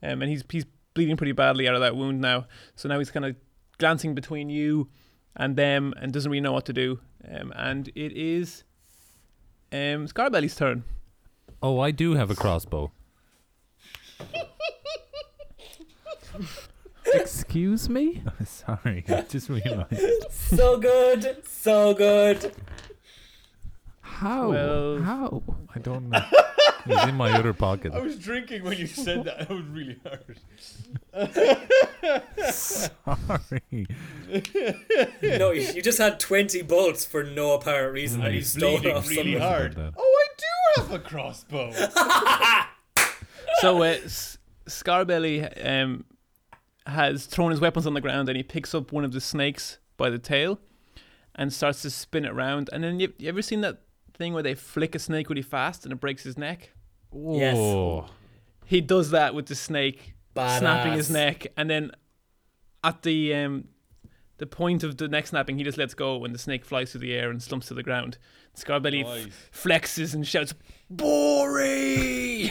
D: Um, and he's, he's bleeding pretty badly out of that wound now. So now he's kind of glancing between you and them and doesn't really know what to do. Um, and it is um, Scarbelly's turn.
C: Oh, I do have a crossbow.
B: Excuse
G: [laughs]
B: me?
C: Sorry, I just realized.
A: "Ah, So good, so good.
B: How?
D: Well-
B: How?
C: [laughs] I don't know. It's in my other pocket.
F: I was drinking when you said that. That was really hard.
C: Sorry.
A: No, you, you just had 20 bolts for no apparent reason, and you
C: He's
A: stole
F: bleeding
A: off
F: really
A: someone.
F: hard.
C: About that.
F: Oh, I do have a crossbow.
D: so uh, S- Scarbelly um, has thrown his weapons on the ground and he picks up one of the snakes by the tail and starts to spin it around. And then you, you ever seen that thing where they flick a snake really fast and it breaks his neck?
A: Yes.
C: Oh,
D: He does that with the snake snapping his
A: Badass.
D: neck, and then at the um, the point of the neck snapping, he just lets go, and the snake flies through the air and slumps to the ground. Scarbelly f- flexes and shouts "Bori!"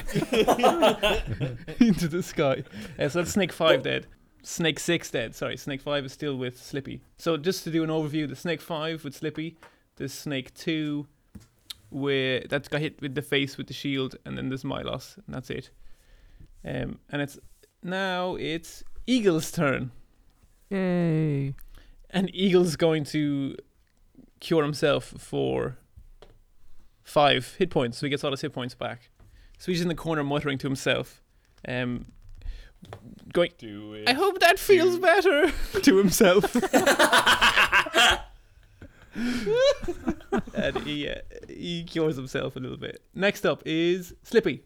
D: into the sky. Uh, so that's Snake Five dead. Snake Six dead. Sorry, Snake Five is still with Slippy. So just to do an overview, the Snake Five with Slippy, the Snake Two, where that got hit with the face with the shield, and then there's Milos, and that's it. Um, and it's now it's Eagle's turn,
B: Yay.
D: and Eagle's going to cure himself for five hit points, so he gets all his hit points back. So he's in the corner muttering to himself, um, going,
F: Do it.
D: "I hope that feels better." [laughs] to [laughs] himself. and he uh, he cures himself a little bit. Next up is Slippy.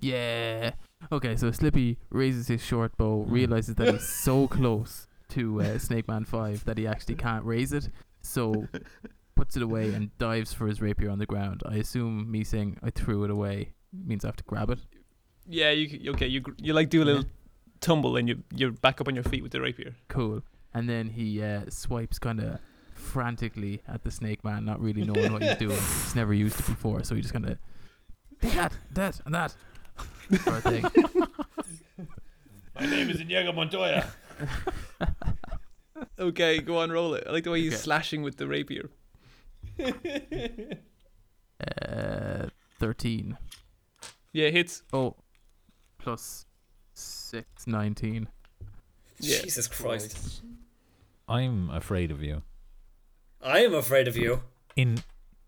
B: Yeah. Okay, so Slippy raises his short bow,
G: Hmm.
B: realizes that he's
G: [laughs]
B: so close to uh, Snake Man 5 that he actually can't raise it, so puts it away and dives for his rapier on the ground. I assume me saying I threw it away means I have to grab it.
D: Yeah, you c- okay? You gr- you like do a little tumble and you you're back up on your feet with the rapier.
B: Cool. And then he uh, swipes kind of frantically at the Snake Man, not really knowing what he's doing. He's never used it before, so he just kind of. Take that, that, and that. [laughs] Sort of thing.
E: My name is Inigo Montoya.
D: Okay, go on, roll it. I like the way he's
B: Okay.
D: slashing with the rapier.
B: Uh, 13.
D: Yeah, hits.
B: Oh, plus six, 19.
D: Yeah.
A: Jesus Christ.
C: I'm afraid of you.
A: I am afraid of you.
C: In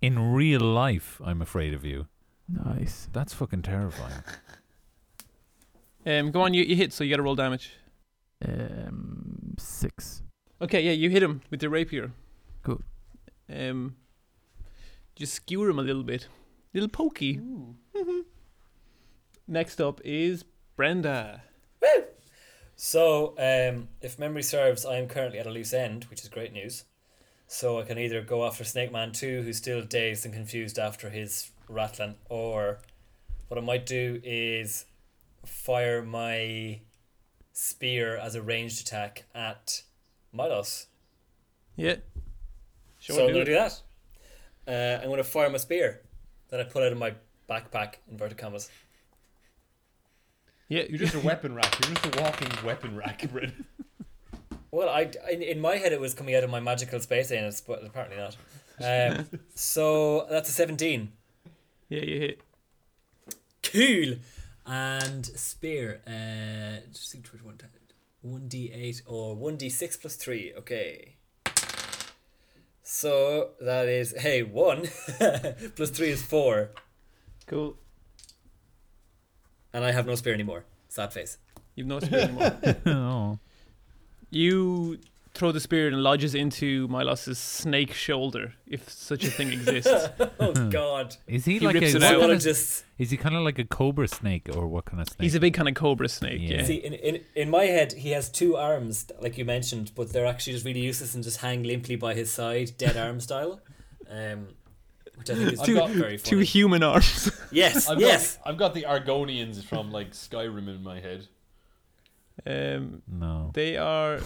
C: in real life, I'm afraid of you.
B: Nice.
C: That's fucking terrifying.
D: Um, go on, you, you hit, so you gotta roll damage.
B: Um, six.
D: Okay, yeah, you hit him with the rapier.
B: Cool.
D: Um, just skewer him a little bit, little pokey. Next up is Brenda.
A: So, um, if memory serves, I am currently at a loose end, which is great news. So I can either go after Snake Man 2, who's still dazed and confused after his rattling, or what I might do is fire my spear as a ranged attack at Milos.
D: Yeah.
A: so
D: Sure.
A: I'm
D: do
A: going to do
D: it.
A: that. Uh, I'm going to fire my spear that I pull out of my backpack, inverted commas.
D: Yeah.
B: [laughs]
F: You're just a weapon rack. You're just a walking weapon
E: [laughs]
F: rack, Bryn.
A: Well, I in, in my head it was coming out of my magical space anus, but apparently not. Um,
C: [laughs]
A: so that's a seventeen.
D: Yeah, you hit.
A: Cool. And spear. Uh, just think which one. One d eight or one d six plus three. Okay. So that is hey one [laughs] plus three is four,
D: Cool.
A: and I have no spear anymore. Sad face.
D: You've no spear anymore.
B: [laughs]
C: oh.
D: You throw the spear and lodges into Milos's snake shoulder, if such a thing
B: [laughs]
D: exists.
A: Oh God.
C: Is he,
D: He
C: like
D: rips
C: a
D: it
C: Hmm. what
D: out.
C: kind of-
A: Zoologists.
C: Is he kind of like a cobra snake or what kind of snake?
D: He's a big kind of cobra snake.
C: Yeah.
D: Yeah.
A: See, in, in in my head, he has two
D: [laughs]
A: arms, like you mentioned, but they're actually just really useless and just hang limply by his side, dead arm style. um, which I think is
D: Two-
A: not very
D: Two
A: funny.
D: human arms. [laughs]
A: yes,
F: I've
A: yes.
F: Got, I've got the Argonians from like Skyrim in my head.
D: um,
C: No.
D: they [laughs] are.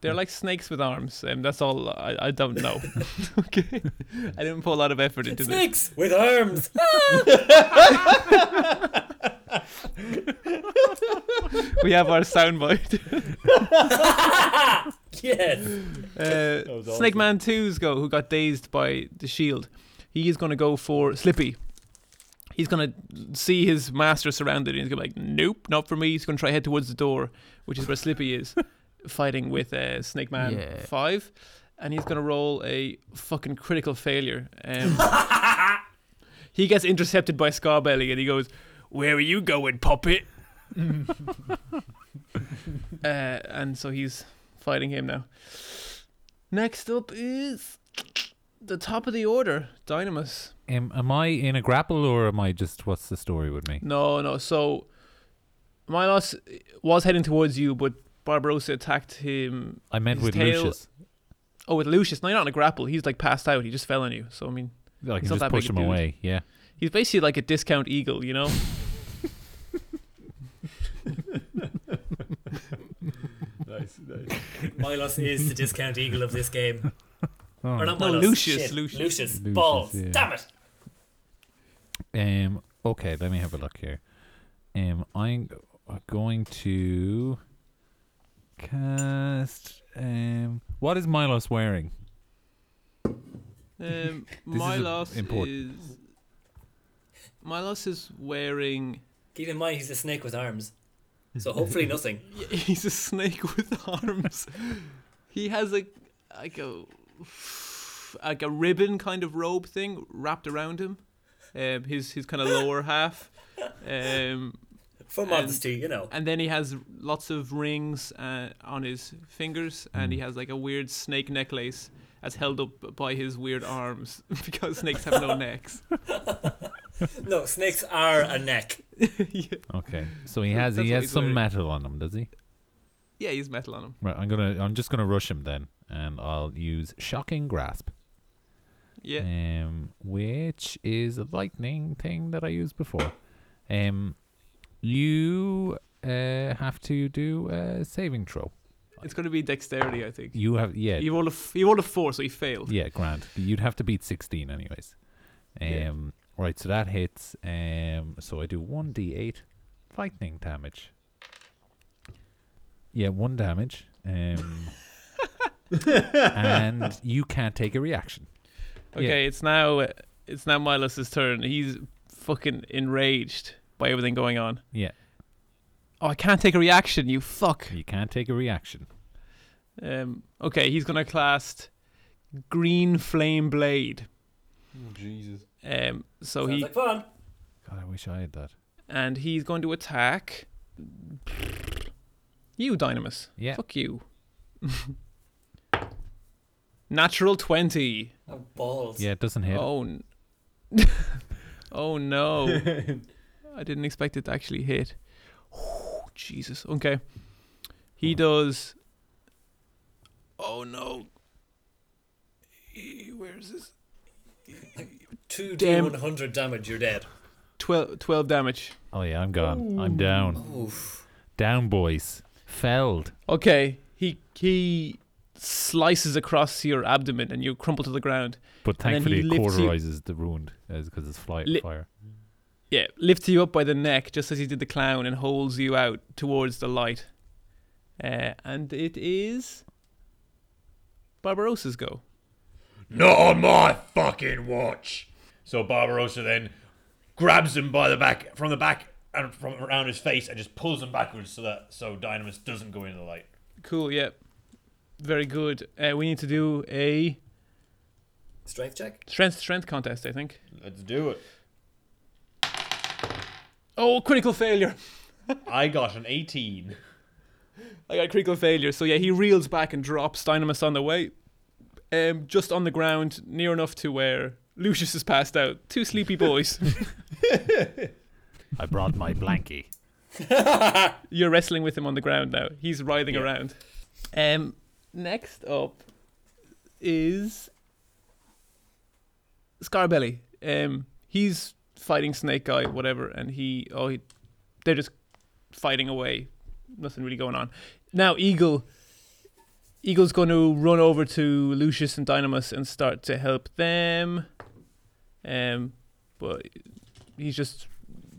D: They're like snakes with arms, and that's all I, I don't know. [laughs] okay, [laughs] I didn't put a lot of effort into this.
A: Snakes with arms. [laughs]
D: We have our soundbite.
A: yes.
D: Uh, Snake Man 2's go, who got dazed by the shield. He is going to go for Slippy. He's going to see his master surrounded, and he's going to be like, "Nope, not for me." He's going to try head towards the door, which is where Slippy is, fighting with uh, Snake Man
B: Yeah.
D: Five, and he's going to roll a fucking critical failure. Um, he gets intercepted by Scarbelly, and he goes, "Where are you going, puppet?" uh, and so he's fighting him now. Next up is the top of the order, Dynamus.
C: Am, am I in a grapple or am I just what's the story with me?
D: No, no. So Milos was heading towards you, but Barbarossa attacked him.
C: I meant
D: His
C: with
D: tail-
C: Lucius.
D: Oh, with Lucius. No, you're not in a grapple. He's like passed out. He just fell on you. So I mean,
C: I can
D: he's
C: just
D: not that
C: push
D: big a
C: him
D: dude.
C: away. Yeah.
D: he's basically like a discount eagle, you know.
G: nice, nice.
A: Milos is the discount eagle of this
D: [laughs]
A: game. Or not
D: No,
A: Milos.
D: Oh, Lucius,
A: shit,
D: Lucius.
A: Lucius.
C: Lucius,
A: Balls.
C: yeah.
A: Damn it.
C: Um. Okay. Let me have a look here. Um. I'm g- going to cast. Um. What is Milos wearing?
D: Um,
C: This is
D: Milos
C: important.
D: is Milos is wearing.
A: Keep in mind he's a snake with arms. So
D: [laughs]
A: hopefully nothing.
D: He's a snake with arms. He has a like a like a ribbon kind of robe thing wrapped around him. Um, his his kind of lower half. Um,
A: For modesty, you
D: [laughs]
A: know.
D: and then he has lots of rings uh, on his fingers, and he has like a weird snake necklace that's held up by his weird arms [laughs] because snakes have no necks. [laughs]
A: No, snakes are a neck.
D: yeah.
C: Okay. So he has
D: That's
C: he
D: what
C: has
D: he's
C: some
D: wearing.
C: metal on him, does he?
D: yeah, he's metal on him.
C: Right. I'm gonna. I'm just gonna rush him then, and I'll use shocking grasp.
D: Yeah.
C: Um, which is a lightning thing that I used before. Um, you uh have to do a saving throw.
D: It's going to be dexterity, I think.
C: You have yeah
D: You rolled a f- you rolled a four, so he failed.
C: yeah grand. You'd have to beat sixteen anyways. Um,
D: Yeah.
C: right. So that hits. Um, so I do one d eight lightning damage. Yeah, one damage.
D: [laughs]
C: Um, and you can't take a reaction. Yeah.
D: Okay, it's now it's now Milos' turn. He's fucking enraged by everything going on.
C: Yeah,
D: Oh, I can't take a reaction. You fuck.
C: you can't take a reaction.
D: Um, okay, he's gonna cast Green Flame Blade.
F: Oh, Jesus.
D: Um, so
A: Sounds
D: he
A: like fun.
C: God, I wish I had that.
D: and he's going to attack you, Dynamis.
C: Yeah.
D: Fuck you. [laughs] Natural twenty.
A: Oh, balls.
C: Yeah, it doesn't hit.
D: Oh. n- [laughs] oh no. I didn't expect it to actually hit. Oh, Jesus. Okay. He does. Oh no. Eh, Where is this?
A: Two D
D: Damn.
A: one hundred damage, you're dead.
D: 12, 12 damage.
C: Oh yeah, I'm gone. I'm down.
A: Oof.
C: Down, boys. Felled.
D: Okay. He he slices across your abdomen and you crumple to the ground.
C: But
D: And then
C: thankfully,
D: he
C: it
D: lifts you-
C: cauterizes the wound because it's fly-
D: Li-
C: fire.
D: Yeah, lifts you up by the neck just as he did the clown and holds you out towards the light. Uh, and it is Barbarossa's go.
E: Not on my fucking watch. So Barbarossa then grabs him by the back from the back and from around his face and just pulls him backwards so that so Dynamis doesn't go into the light.
D: Cool, yeah. Very good. Uh, we need to do a
A: Strength check?
D: strength strength contest, I think.
F: Let's do it.
D: Oh, critical failure. [laughs]
F: I got an 18.
D: I got critical failure. So yeah, he reels back and drops Dynamis on the way. Um, just on the ground, near enough to where Lucius has passed out. Two sleepy boys.
C: I brought
D: [laughs]
C: my blankie.
D: You're wrestling with him on the ground now. He's writhing around. Um, next up is Scarbelly. Um, he's fighting Snake Guy, whatever, and he oh he, they're just fighting away, nothing really going on. Now Eagle, Eagle's going to run over to Lucius and Dynamus and start to help them, um, but he's just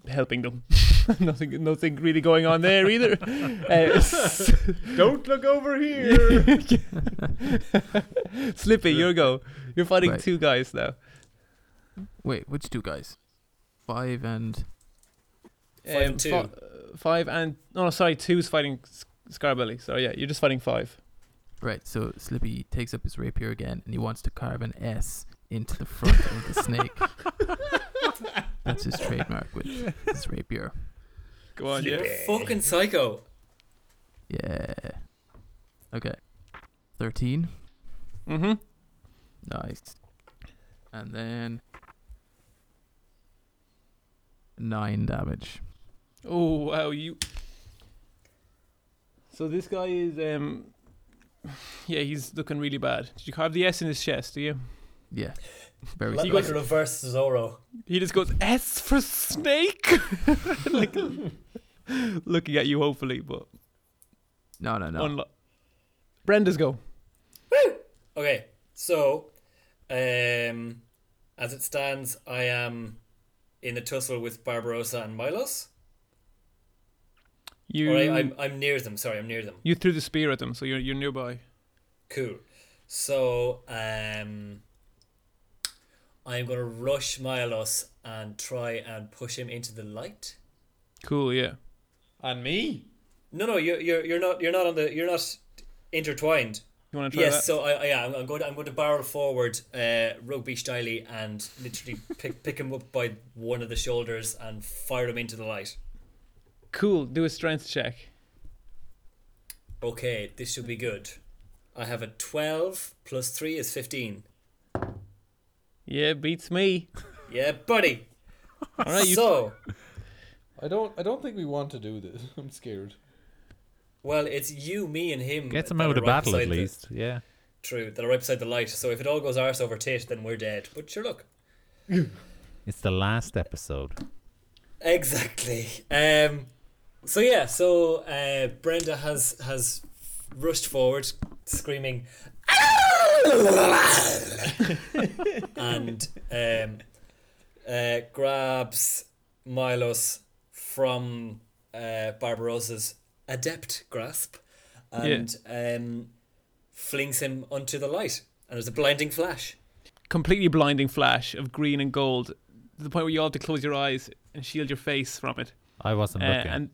D: helping them. [laughs] nothing, nothing really going on there either. Uh,
E: Don't look over
C: [laughs]
E: here.
D: Slippy, your go. You're fighting
B: Right.
D: two guys now.
B: Wait, which two guys? Five and
A: Five and two.
D: fi- uh, five and no, no, sorry, two's fighting S- Scarbelly. So yeah, you're just fighting five.
B: right. So Slippy takes up his rapier again, and he wants to carve an S into the front of the snake. That's his trademark with his rapier.
D: Go on, yeah.
A: Fucking psycho.
B: Yeah. Okay. Thirteen.
D: Mm-hmm.
B: Nice. And then nine damage.
D: Oh wow, you. So this guy is um. [sighs] Yeah, he's looking really bad. Did you carve the S in his chest? Do you?
B: Yeah. Very
A: Like,
B: slight.
A: like reverse Zorro.
D: He just goes S for snake, [laughs] like [laughs] looking at you hopefully, but
B: No, no, no.
D: unlo- Brenda's go.
A: Okay, so um, as it stands, I am in a tussle with Barbarossa and Milos.
D: You
A: Or I, I'm, I'm near them. Sorry, I'm near them.
D: you threw the spear at them, so you're you're nearby.
A: Cool. So um, I'm gonna rush Milos and try and push him into the light.
D: Cool, yeah.
F: And me?
A: No, no, you're you're, you're not you're not on the you're not intertwined.
D: You want to try
A: Yes,
D: that?
A: so I, I yeah, I'm, I'm going to, I'm going to barrel forward, uh, rugby styly, and literally pick pick him up by one of the shoulders and fire him into the light.
D: Cool. Do a strength check.
A: Okay, this should be good. I have a twelve plus three is fifteen.
D: Yeah, beats
A: [laughs]
D: me.
A: Yeah, buddy.
D: All right, you.
A: so
F: I don't. I don't think we want to do this. [laughs] I'm scared.
A: well, it's you, me, and him.
C: Gets him
A: that
C: out
A: are
C: of
A: right
C: battle at
A: beside the-
C: least. Yeah.
A: True, that are right beside the light. So if it all goes arse over tit, then we're dead. But sure, look.
C: It's the last episode.
A: Exactly. Um, so yeah, so uh, Brenda has has rushed forward, screaming, and um, uh, grabs Milos from uh, Barbarossa's adept grasp, and um, flings him onto the light. And there's a blinding flash.
D: completely blinding flash of green and gold to the point where you all have to close your eyes and shield your face from it.
C: I wasn't
D: Uh,
C: looking.
D: and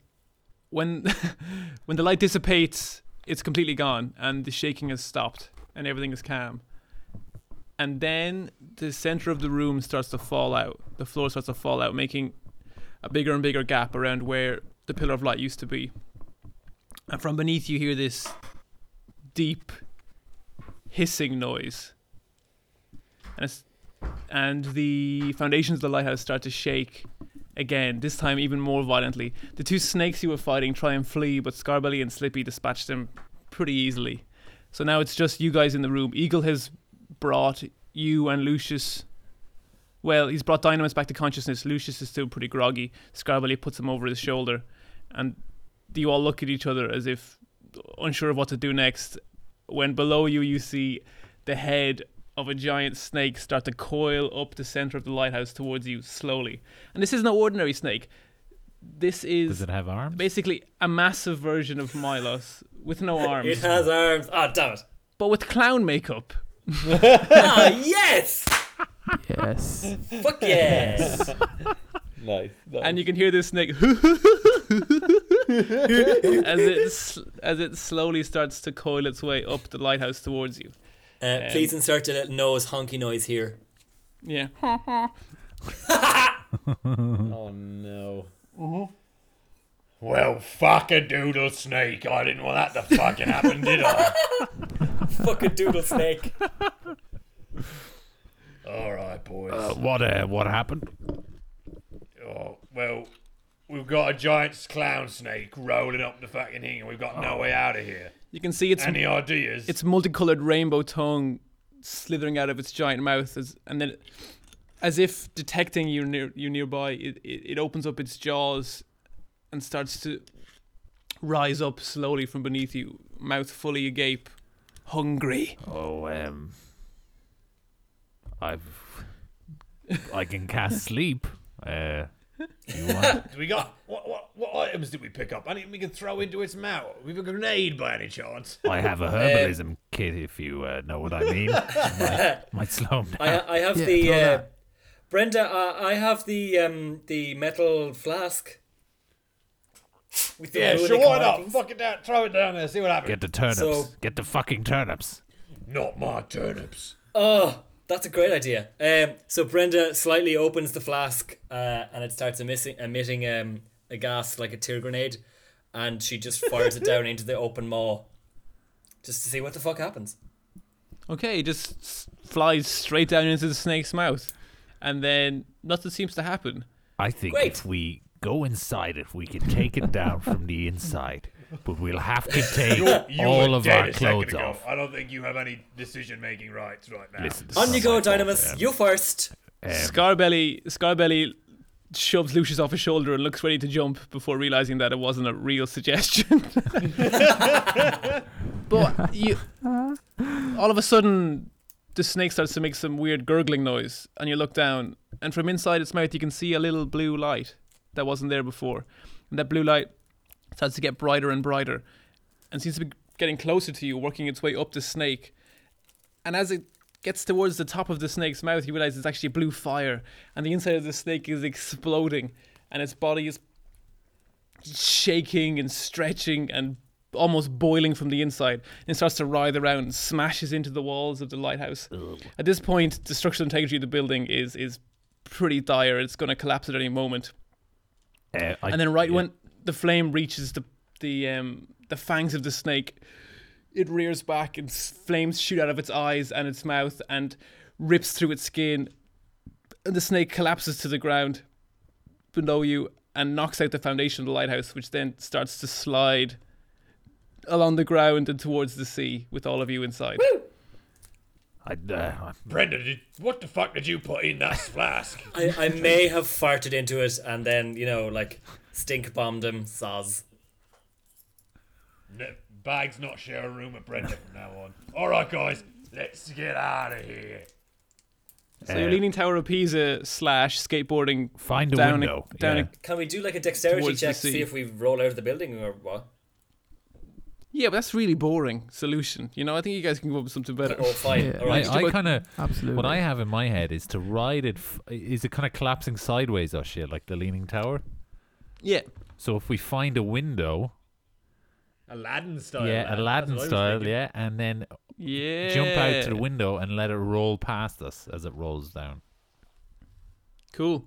D: when [laughs] when the light dissipates, it's completely gone and the shaking has stopped and everything is calm. And then the center of the room starts to fall out. The floor starts to fall out, making a bigger and bigger gap around where the pillar of light used to be. And from beneath you hear this deep hissing noise. And it's and the foundations of the lighthouse start to shake again, this time even more violently. The two snakes you were fighting try and flee, but Scarbelly and Slippy dispatch them pretty easily. So now it's just you guys in the room. Eagle has brought you and Lucius. Well, he's brought Dynamis back to consciousness. Lucius is still pretty groggy. Scarbelly puts him over his shoulder, and you all look at each other as if unsure of what to do next. When below you, you see the head of a giant snake start to coil up the center of the lighthouse towards you slowly. And this is no ordinary snake. This
C: Does
D: is
C: it have arms?
D: basically a massive version of Milos with no
A: It
D: arms,
A: has arms. Ah, damn it.
D: but with clown makeup.
A: ah, yes!
B: Yes.
A: Fuck yes!
F: Nice.
D: and you can hear this snake [laughs] as it s- as it slowly starts to coil its way up the lighthouse towards you.
A: Uh, please insert a little nose honky noise here.
D: Yeah.
F: oh no.
E: well, fuck a doodle snake. I didn't want that to fucking happen, did
D: [laughs]
E: I?
A: [laughs] Fucking doodle snake.
E: All right, boys.
C: Uh,
D: Um,
C: what uh, what happened?
E: Oh, well, we've got a giant clown snake rolling up the fucking thing, and we've got no way out of here.
D: You can see Oh. its
E: Any ideas?
D: its multicolored rainbow tongue slithering out of its giant mouth, as, and then as if detecting you near you nearby, it, it, it opens up its jaws and starts to rise up slowly from beneath you, mouth fully agape, hungry.
C: Oh, um, I've, I can
D: [laughs]
C: cast sleep. Uh, you want?
E: Do we got what, what what items did we pick up? Anything we can throw into its mouth? We've a grenade by any chance?
C: I have a herbalism kit, if you uh, know what I mean. might, might slow 'em down.
A: I, I have
B: Yeah,
A: the
B: throw
A: uh,
B: that.
A: Brenda. Uh, I have the um, the metal flask. With the
E: Yeah,
A: runic
E: sure. Why not?
A: markings.
E: Fuck it down. Throw it down there. See what happens.
C: Get the turnips.
A: So-
C: Get the fucking turnips.
E: Not my turnips.
A: Oh, that's a great idea. Um, so Brenda slightly opens the flask, uh, and it starts emitting, emitting um, a gas like a tear grenade, and she [laughs] just fires it down into the open maw, just to see what the fuck happens.
D: Okay, it just s- flies straight down into the snake's mouth, and then nothing seems to happen.
C: I think
A: Great.
C: if we go inside it, we can take it down from the inside. But we'll have to take all
E: were
C: of
E: dead
C: our
E: a second
C: clothes
E: ago.
C: off.
E: I don't think you have any decision-making rights right now.
C: Listen, this
A: On
C: is
A: you
C: not
A: go,
C: my fault,
A: Dynamis.
C: um,
A: You first.
C: um,
D: Scarbelly, Scarbelly shoves Lucius off his shoulder and looks ready to jump before realizing that it wasn't a real suggestion. [laughs] but you, all of a sudden, the snake starts to make some weird gurgling noise, and you look down, and from inside its mouth, you can see a little blue light that wasn't there before, and that blue light starts to get brighter and brighter, and seems to be getting closer to you, working its way up the snake, and as it gets towards the top of the snake's mouth, you realize it's actually blue fire, and the inside of the snake is exploding, and its body is shaking and stretching and almost boiling from the inside. And it starts to writhe around and smashes into the walls of the lighthouse. At this point, the structural integrity of the building is is pretty dire. It's going to collapse at any moment.
C: uh, I-
D: And then right
C: yeah.
D: when the flame reaches the the um the fangs of the snake, it rears back and s- flames shoot out of its eyes and its mouth and rips through its skin. And the snake collapses to the ground below you and knocks out the foundation of the lighthouse, which then starts to slide along the ground and towards the sea with all of you inside.
C: I, uh,
E: Brenda, did, what the fuck did you put in that flask?
A: I, I may have farted into it, and then you know, like stink bombed him. Soz.
E: N- Bags not share a room with Brenda from now on. All right, guys, let's get out of here.
D: So your leaning tower of Pisa slash skateboarding
C: find a
D: down
C: window.
D: a, down
C: yeah.
D: a
A: Can we do like a dexterity
D: Towards the
A: check to see
D: sea.
A: if we roll out of the building or what?
D: Yeah, but that's really boring solution. You know, I think you guys can come up with something better.
A: Oh, fine.
B: Yeah.
A: All right.
C: I, I kind of
B: Absolutely.
C: what I have in my head is to ride it. F- is it kind of collapsing sideways or shit like the leaning tower?
D: Yeah.
C: So if we find a window,
G: Aladdin style.
C: yeah,
G: man.
C: Aladdin
G: That's what I was
C: style,
G: thinking.
C: yeah, and then
D: Yeah.
C: jump out to the window and let it roll past us as it rolls down.
D: Cool.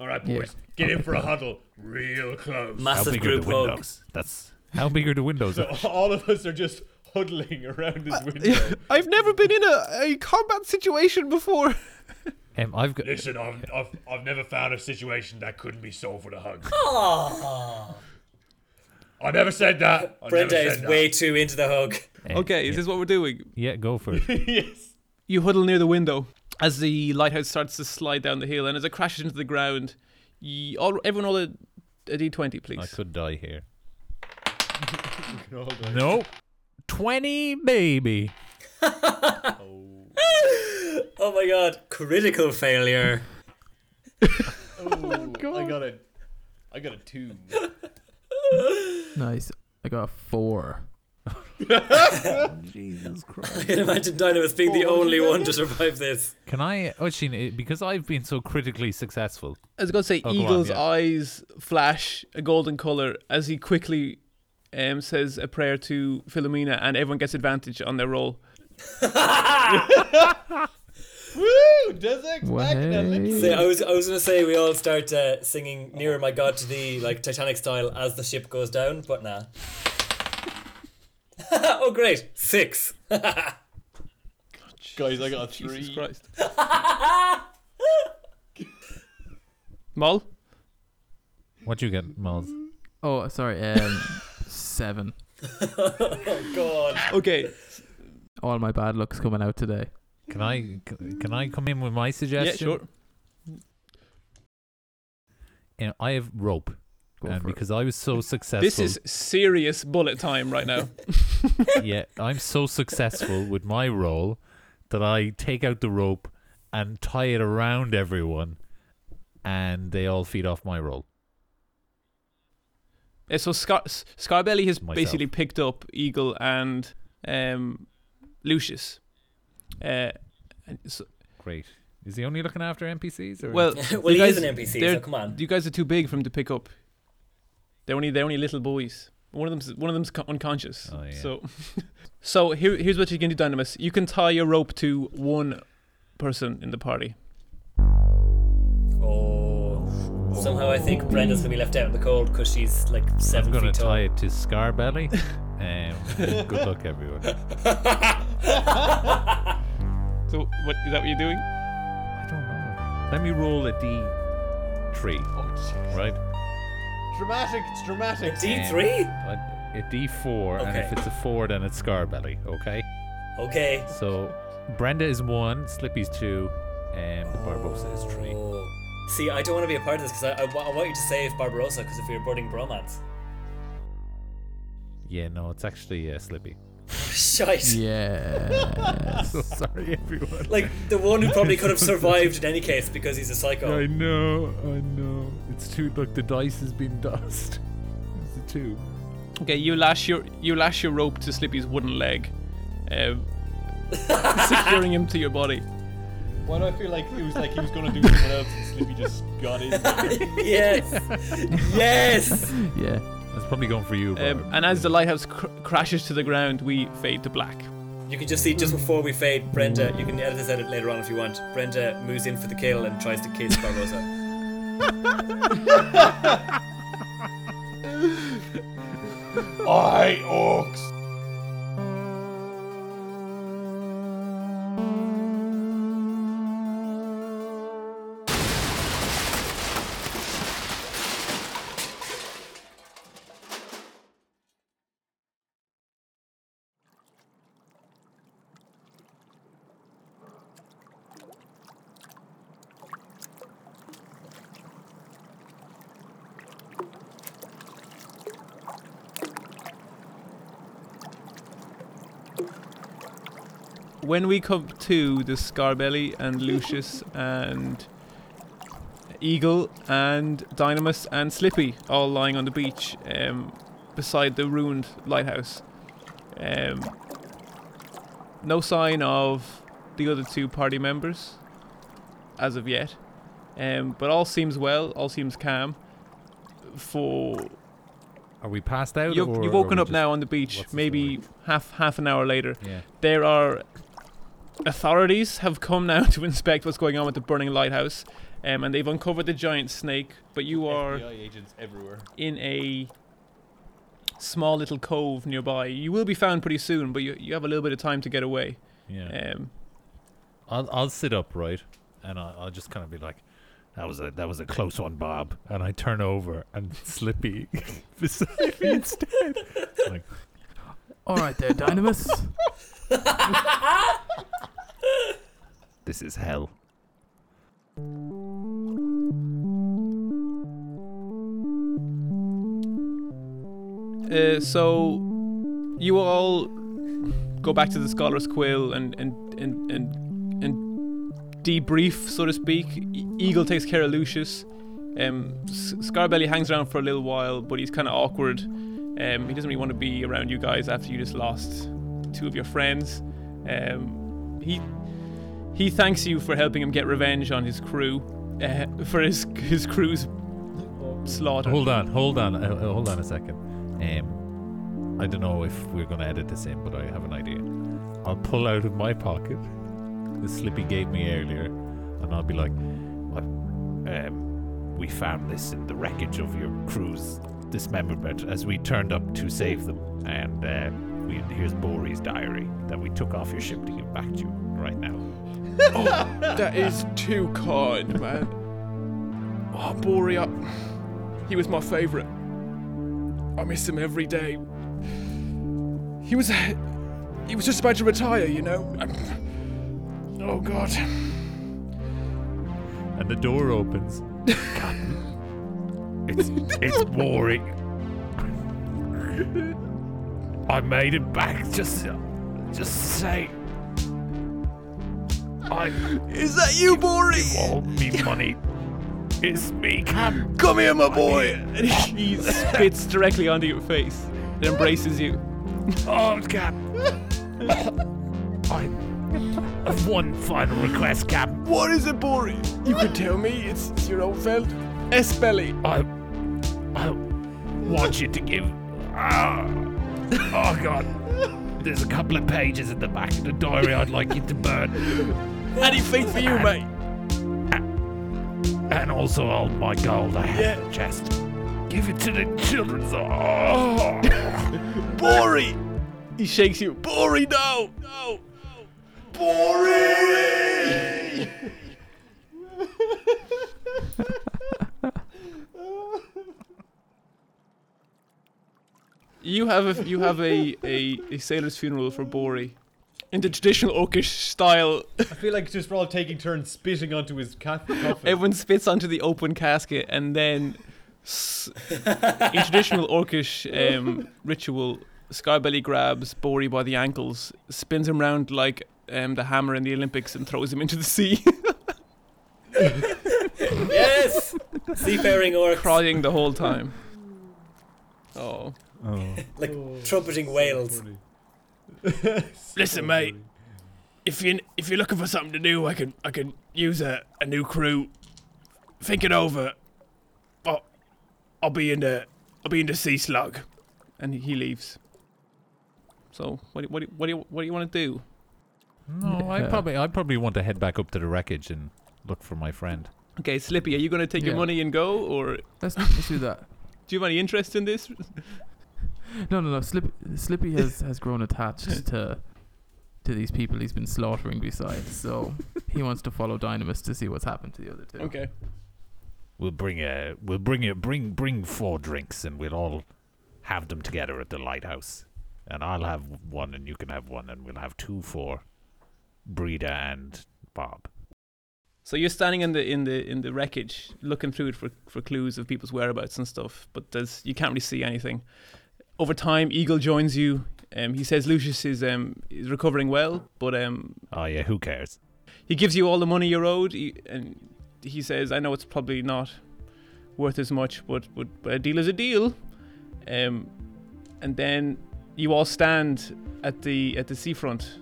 E: All right,
B: Yeah.
E: boys, get in for a huddle, real close.
C: How
A: Massive
C: big are
A: group
C: the
A: hug.
C: windows? That's how big are the
G: [laughs]
C: windows?
G: So [laughs] all of us are just huddling around
E: Uh,
G: this window.
D: [laughs] I've never been in a, a combat situation before.
C: um, I've got.
E: Listen, I've, I've, I've never found a situation that couldn't be solved with a hug. I never said that. I
A: Brenda
E: never
A: is
E: said that.
A: way too into the hug.
C: eh,
D: [laughs] Okay, is
C: yeah,
D: this what we're doing?
C: yeah, go for it.
D: You huddle near the window as the lighthouse starts to slide down the hill, and as it crashes into the ground, you, all, everyone roll a, a d20, please.
C: I could die
G: [laughs]
C: here. Nope. Twenty, maybe.
A: Oh my god, critical failure.
G: I got a, I got a
D: [laughs]
G: two.
B: Nice. I got a four.
A: [laughs] I can imagine Dynamis being the only one to survive this.
C: Can I, Oshin, eh, because I've been so critically successful,
D: I was going to say,
C: Oh, go on,
D: Eagle's
C: yeah.
D: eyes flash a golden color as he quickly um, says a prayer to Philomena, and everyone gets advantage on their roll.
G: Woo! Desert back in that
B: Way.
G: lip-
A: So I was I was gonna say we all start uh, singing "Nearer My God" to the like Titanic style as the ship goes down, but nah. [laughs] oh great, six. [laughs]
G: Guys, I got Oh, a
D: Jesus
G: three.
D: Christ. Mol?
C: what you get, Miles?
B: Oh, sorry. Um, seven.
A: [laughs] Oh, God,
D: Okay.
B: All my bad luck's coming out today.
C: Can I, c- can I come in with my suggestion?
D: Yeah, sure.
C: you know, I have rope,
B: Go
C: and
B: for it.
C: Uh, because I was [laughs] so successful,
D: This is serious bullet time right now.
C: yeah, I'm so successful with my role that I take out the rope and tie it around everyone, and they all feed off my roll.
D: Yeah, Eh, so Scar- S- Scarbelly has
C: Myself.
D: basically picked up Eagle and um, Lucius. Uh, and so,
C: Great. Is he only looking after NPCs? Or
D: well,
A: [laughs] well, he
D: you guys,
A: is an NPC,
D: they're-
A: so come on.
D: you guys are too big for him to pick up. They're only they're only little boys. One of them's one of them's co- unconscious.
C: Oh, yeah.
D: So, [laughs] so here here's what you can do, Dynamis. You can tie your rope to one person in the party.
A: Oh. Somehow I think Brenda's gonna be left out in the cold because she's like
C: I'm
A: 7
C: gonna
A: feet tall.
C: tie it to Scarbelly. um, good luck, everyone.
D: So what is that? What you're doing?
C: I don't know. Let me roll a d three, right?
F: Dramatic, it's dramatic.
A: D3?
C: A, a d four, and if
A: Okay.
C: it's a four, then it's Scarbelly. Okay.
A: Okay.
C: So Brenda is one, Slippy's two, and Barbosa is three.
A: Oh. See, I don't want to be a part of this because I, I, wa- I want you to save Barbarossa because if we were burning bromance. [laughs]
C: Yeah, no, it's actually uh, Slippy. [laughs]
A: Shite.
B: [laughs] Yeah.
C: Sorry, everyone.
A: Like the one who probably could have survived in any case because he's a psycho.
C: I know, I know. It's too. Look, the dice has been dust. [laughs] It's a two.
D: Okay, you lash your you lash your rope to Slippy's wooden leg, uh, [laughs] securing him to your body.
F: Why do I feel like he was like he was gonna do something else and Slippy just got
D: [laughs]
F: in?
A: yes. yes.
B: yeah.
C: That's probably going for you,
D: Um, and as the lighthouse cr- crashes to the ground, we fade to black.
A: You can just see just before we fade, Brenda. You can edit this edit later on if you want. Brenda moves in for the kill and tries to kiss Barbosa.
E: I orcs.
D: When we come to, the Scarbelly and Lucius and Eagle and Dynamus and Slippy all lying on the beach um, beside the ruined lighthouse. Um, no sign of the other two party members as of yet, um, but all seems well, all seems calm. For
C: are we passed out?
D: You're,
C: or
D: you've
C: are
D: woken
C: we
D: up
C: just-
D: now on the beach.
C: what's the
D: Maybe half half an hour later,
C: Yeah.
D: there are authorities have come now [laughs] to inspect what's going on with the burning lighthouse, um, and they've uncovered the giant snake. But you are
F: FBI agents everywhere.
D: in a small little cove nearby. You will be found pretty soon, but you you have a little bit of time to get away.
C: Yeah.
D: Um,
C: I'll I'll sit up right, and I'll, I'll just kind of be like, "That was a that was a close one, Bob." And I turn over and [laughs] Slippy beside me instead. Like,
B: All right there, Dynamis.
C: this is hell.
D: uh, so you all go back to the scholar's quill and and and and, and debrief, so to speak. E- Eagle takes care of Lucius. Um, S- Scarbelly hangs around for a little while, but he's kind of awkward. Um, he doesn't really want to be around you guys after you just lost two of your friends. Um, he he thanks you for helping him get revenge on his crew, uh, [laughs] for his his crew's slaughter.
C: Hold on, hold on, uh, uh, hold on a second. Um, I don't know if we're gonna edit this in, but I have an idea. I'll pull out of my pocket the Slippy gave me earlier, and I'll be like, "I- um, "We found this in the wreckage of your crew's dismemberment as we turned up to save them, and uh, we, here's Bori's diary that we took off your ship to give back to you right now."
D: That is too kind, man. Oh, Bori, I, he was my favourite. I miss him every day. He was, he was just about to retire, you know. Oh God.
C: And the door opens. It's it's boring. I made it back. Just just say. I
I: Is that you, Bori?
C: owe me money. It's me, Cam.
I: Come here, my boy.
D: And [laughs] he spits directly onto your face and embraces you.
C: Oh,
I: [laughs]
C: Cam. I have one final request, Cam.
I: What is it, Bori? You could tell me. It's, it's your old felt. S belly.
C: I I want you to give. Ah. oh God. There's a couple of pages at the back of the diary I'd like you to burn.
I: Any fate for you, mate.
C: and also all my gold I have in the chest. Give it to the children's. Oh.
I: Bori.
D: He shakes you.
I: Bori, no. No. Bori.
D: You have a you have a, a, a sailor's funeral for Bori. In the traditional Orcish style,
F: I feel like just we're all taking turns spitting onto his cat coffin.
D: everyone spits onto the open casket and then s- in traditional Orcish um, ritual, Skybelly grabs Bori by the ankles, spins him round like um, the hammer in the Olympics and throws him into the sea,
A: Yes! Seafaring orcs.
D: crying the whole time. Oh.
A: like trumpeting whales.
I: Listen, mate. If you if you're looking for something to do, I can I can use a, a new crew. Think it over. But I'll be in the I'll be in the sea slug.
D: and he- he leaves. So what do, what do, what do you what do you want to do?
C: No, I
B: Yeah.
C: probably, I probably want to head back up to the wreckage and look for my friend.
D: Okay, Slippy, are you going to take your
B: Yeah.
D: money and go, or do
B: Let's, let's do that.
D: you have any interest in this?
B: No, no, no. Slip, Slippy has, has grown [laughs] attached to to these people he's been slaughtering beside, so he wants to follow Dynamis to see what's happened to the other two.
D: Okay.
C: We'll bring a, we'll bring a, bring, bring four drinks, and we'll all have them together at the lighthouse. And I'll have one, and you can have one, and we'll have two for Breda and Bob.
D: So you're standing in the in the in the wreckage, looking through it for for clues of people's whereabouts and stuff, but there's you can't really see anything. Over time, Eagle joins you. Um, he says Lucius is um is recovering well, but um
C: Oh yeah, who cares?
D: he gives you all the money you owed, he, and he says, "I know it's probably not worth as much, but but, but a deal is a deal." Um, and then you all stand at the at the seafront,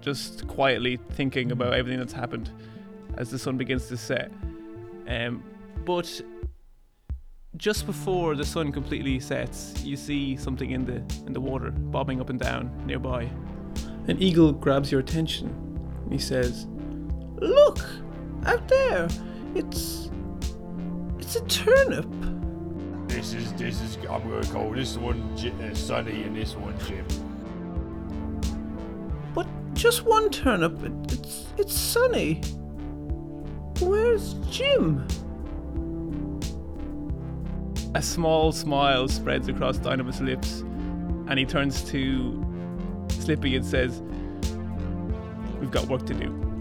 D: just quietly thinking about everything that's happened as the sun begins to set. Um, but just before the sun completely sets, you see something in the in the water bobbing up and down nearby. An eagle grabs your attention. and He says, "Look, out there! It's it's a turnip."
E: This is this is I'm gonna call this one J- uh, Sunny and this one Jim.
I: But just one turnip. It's it's sunny. Where's Jim?
D: A small smile spreads across Dynamo's lips, and he turns to Slippy and says, We've got work to do.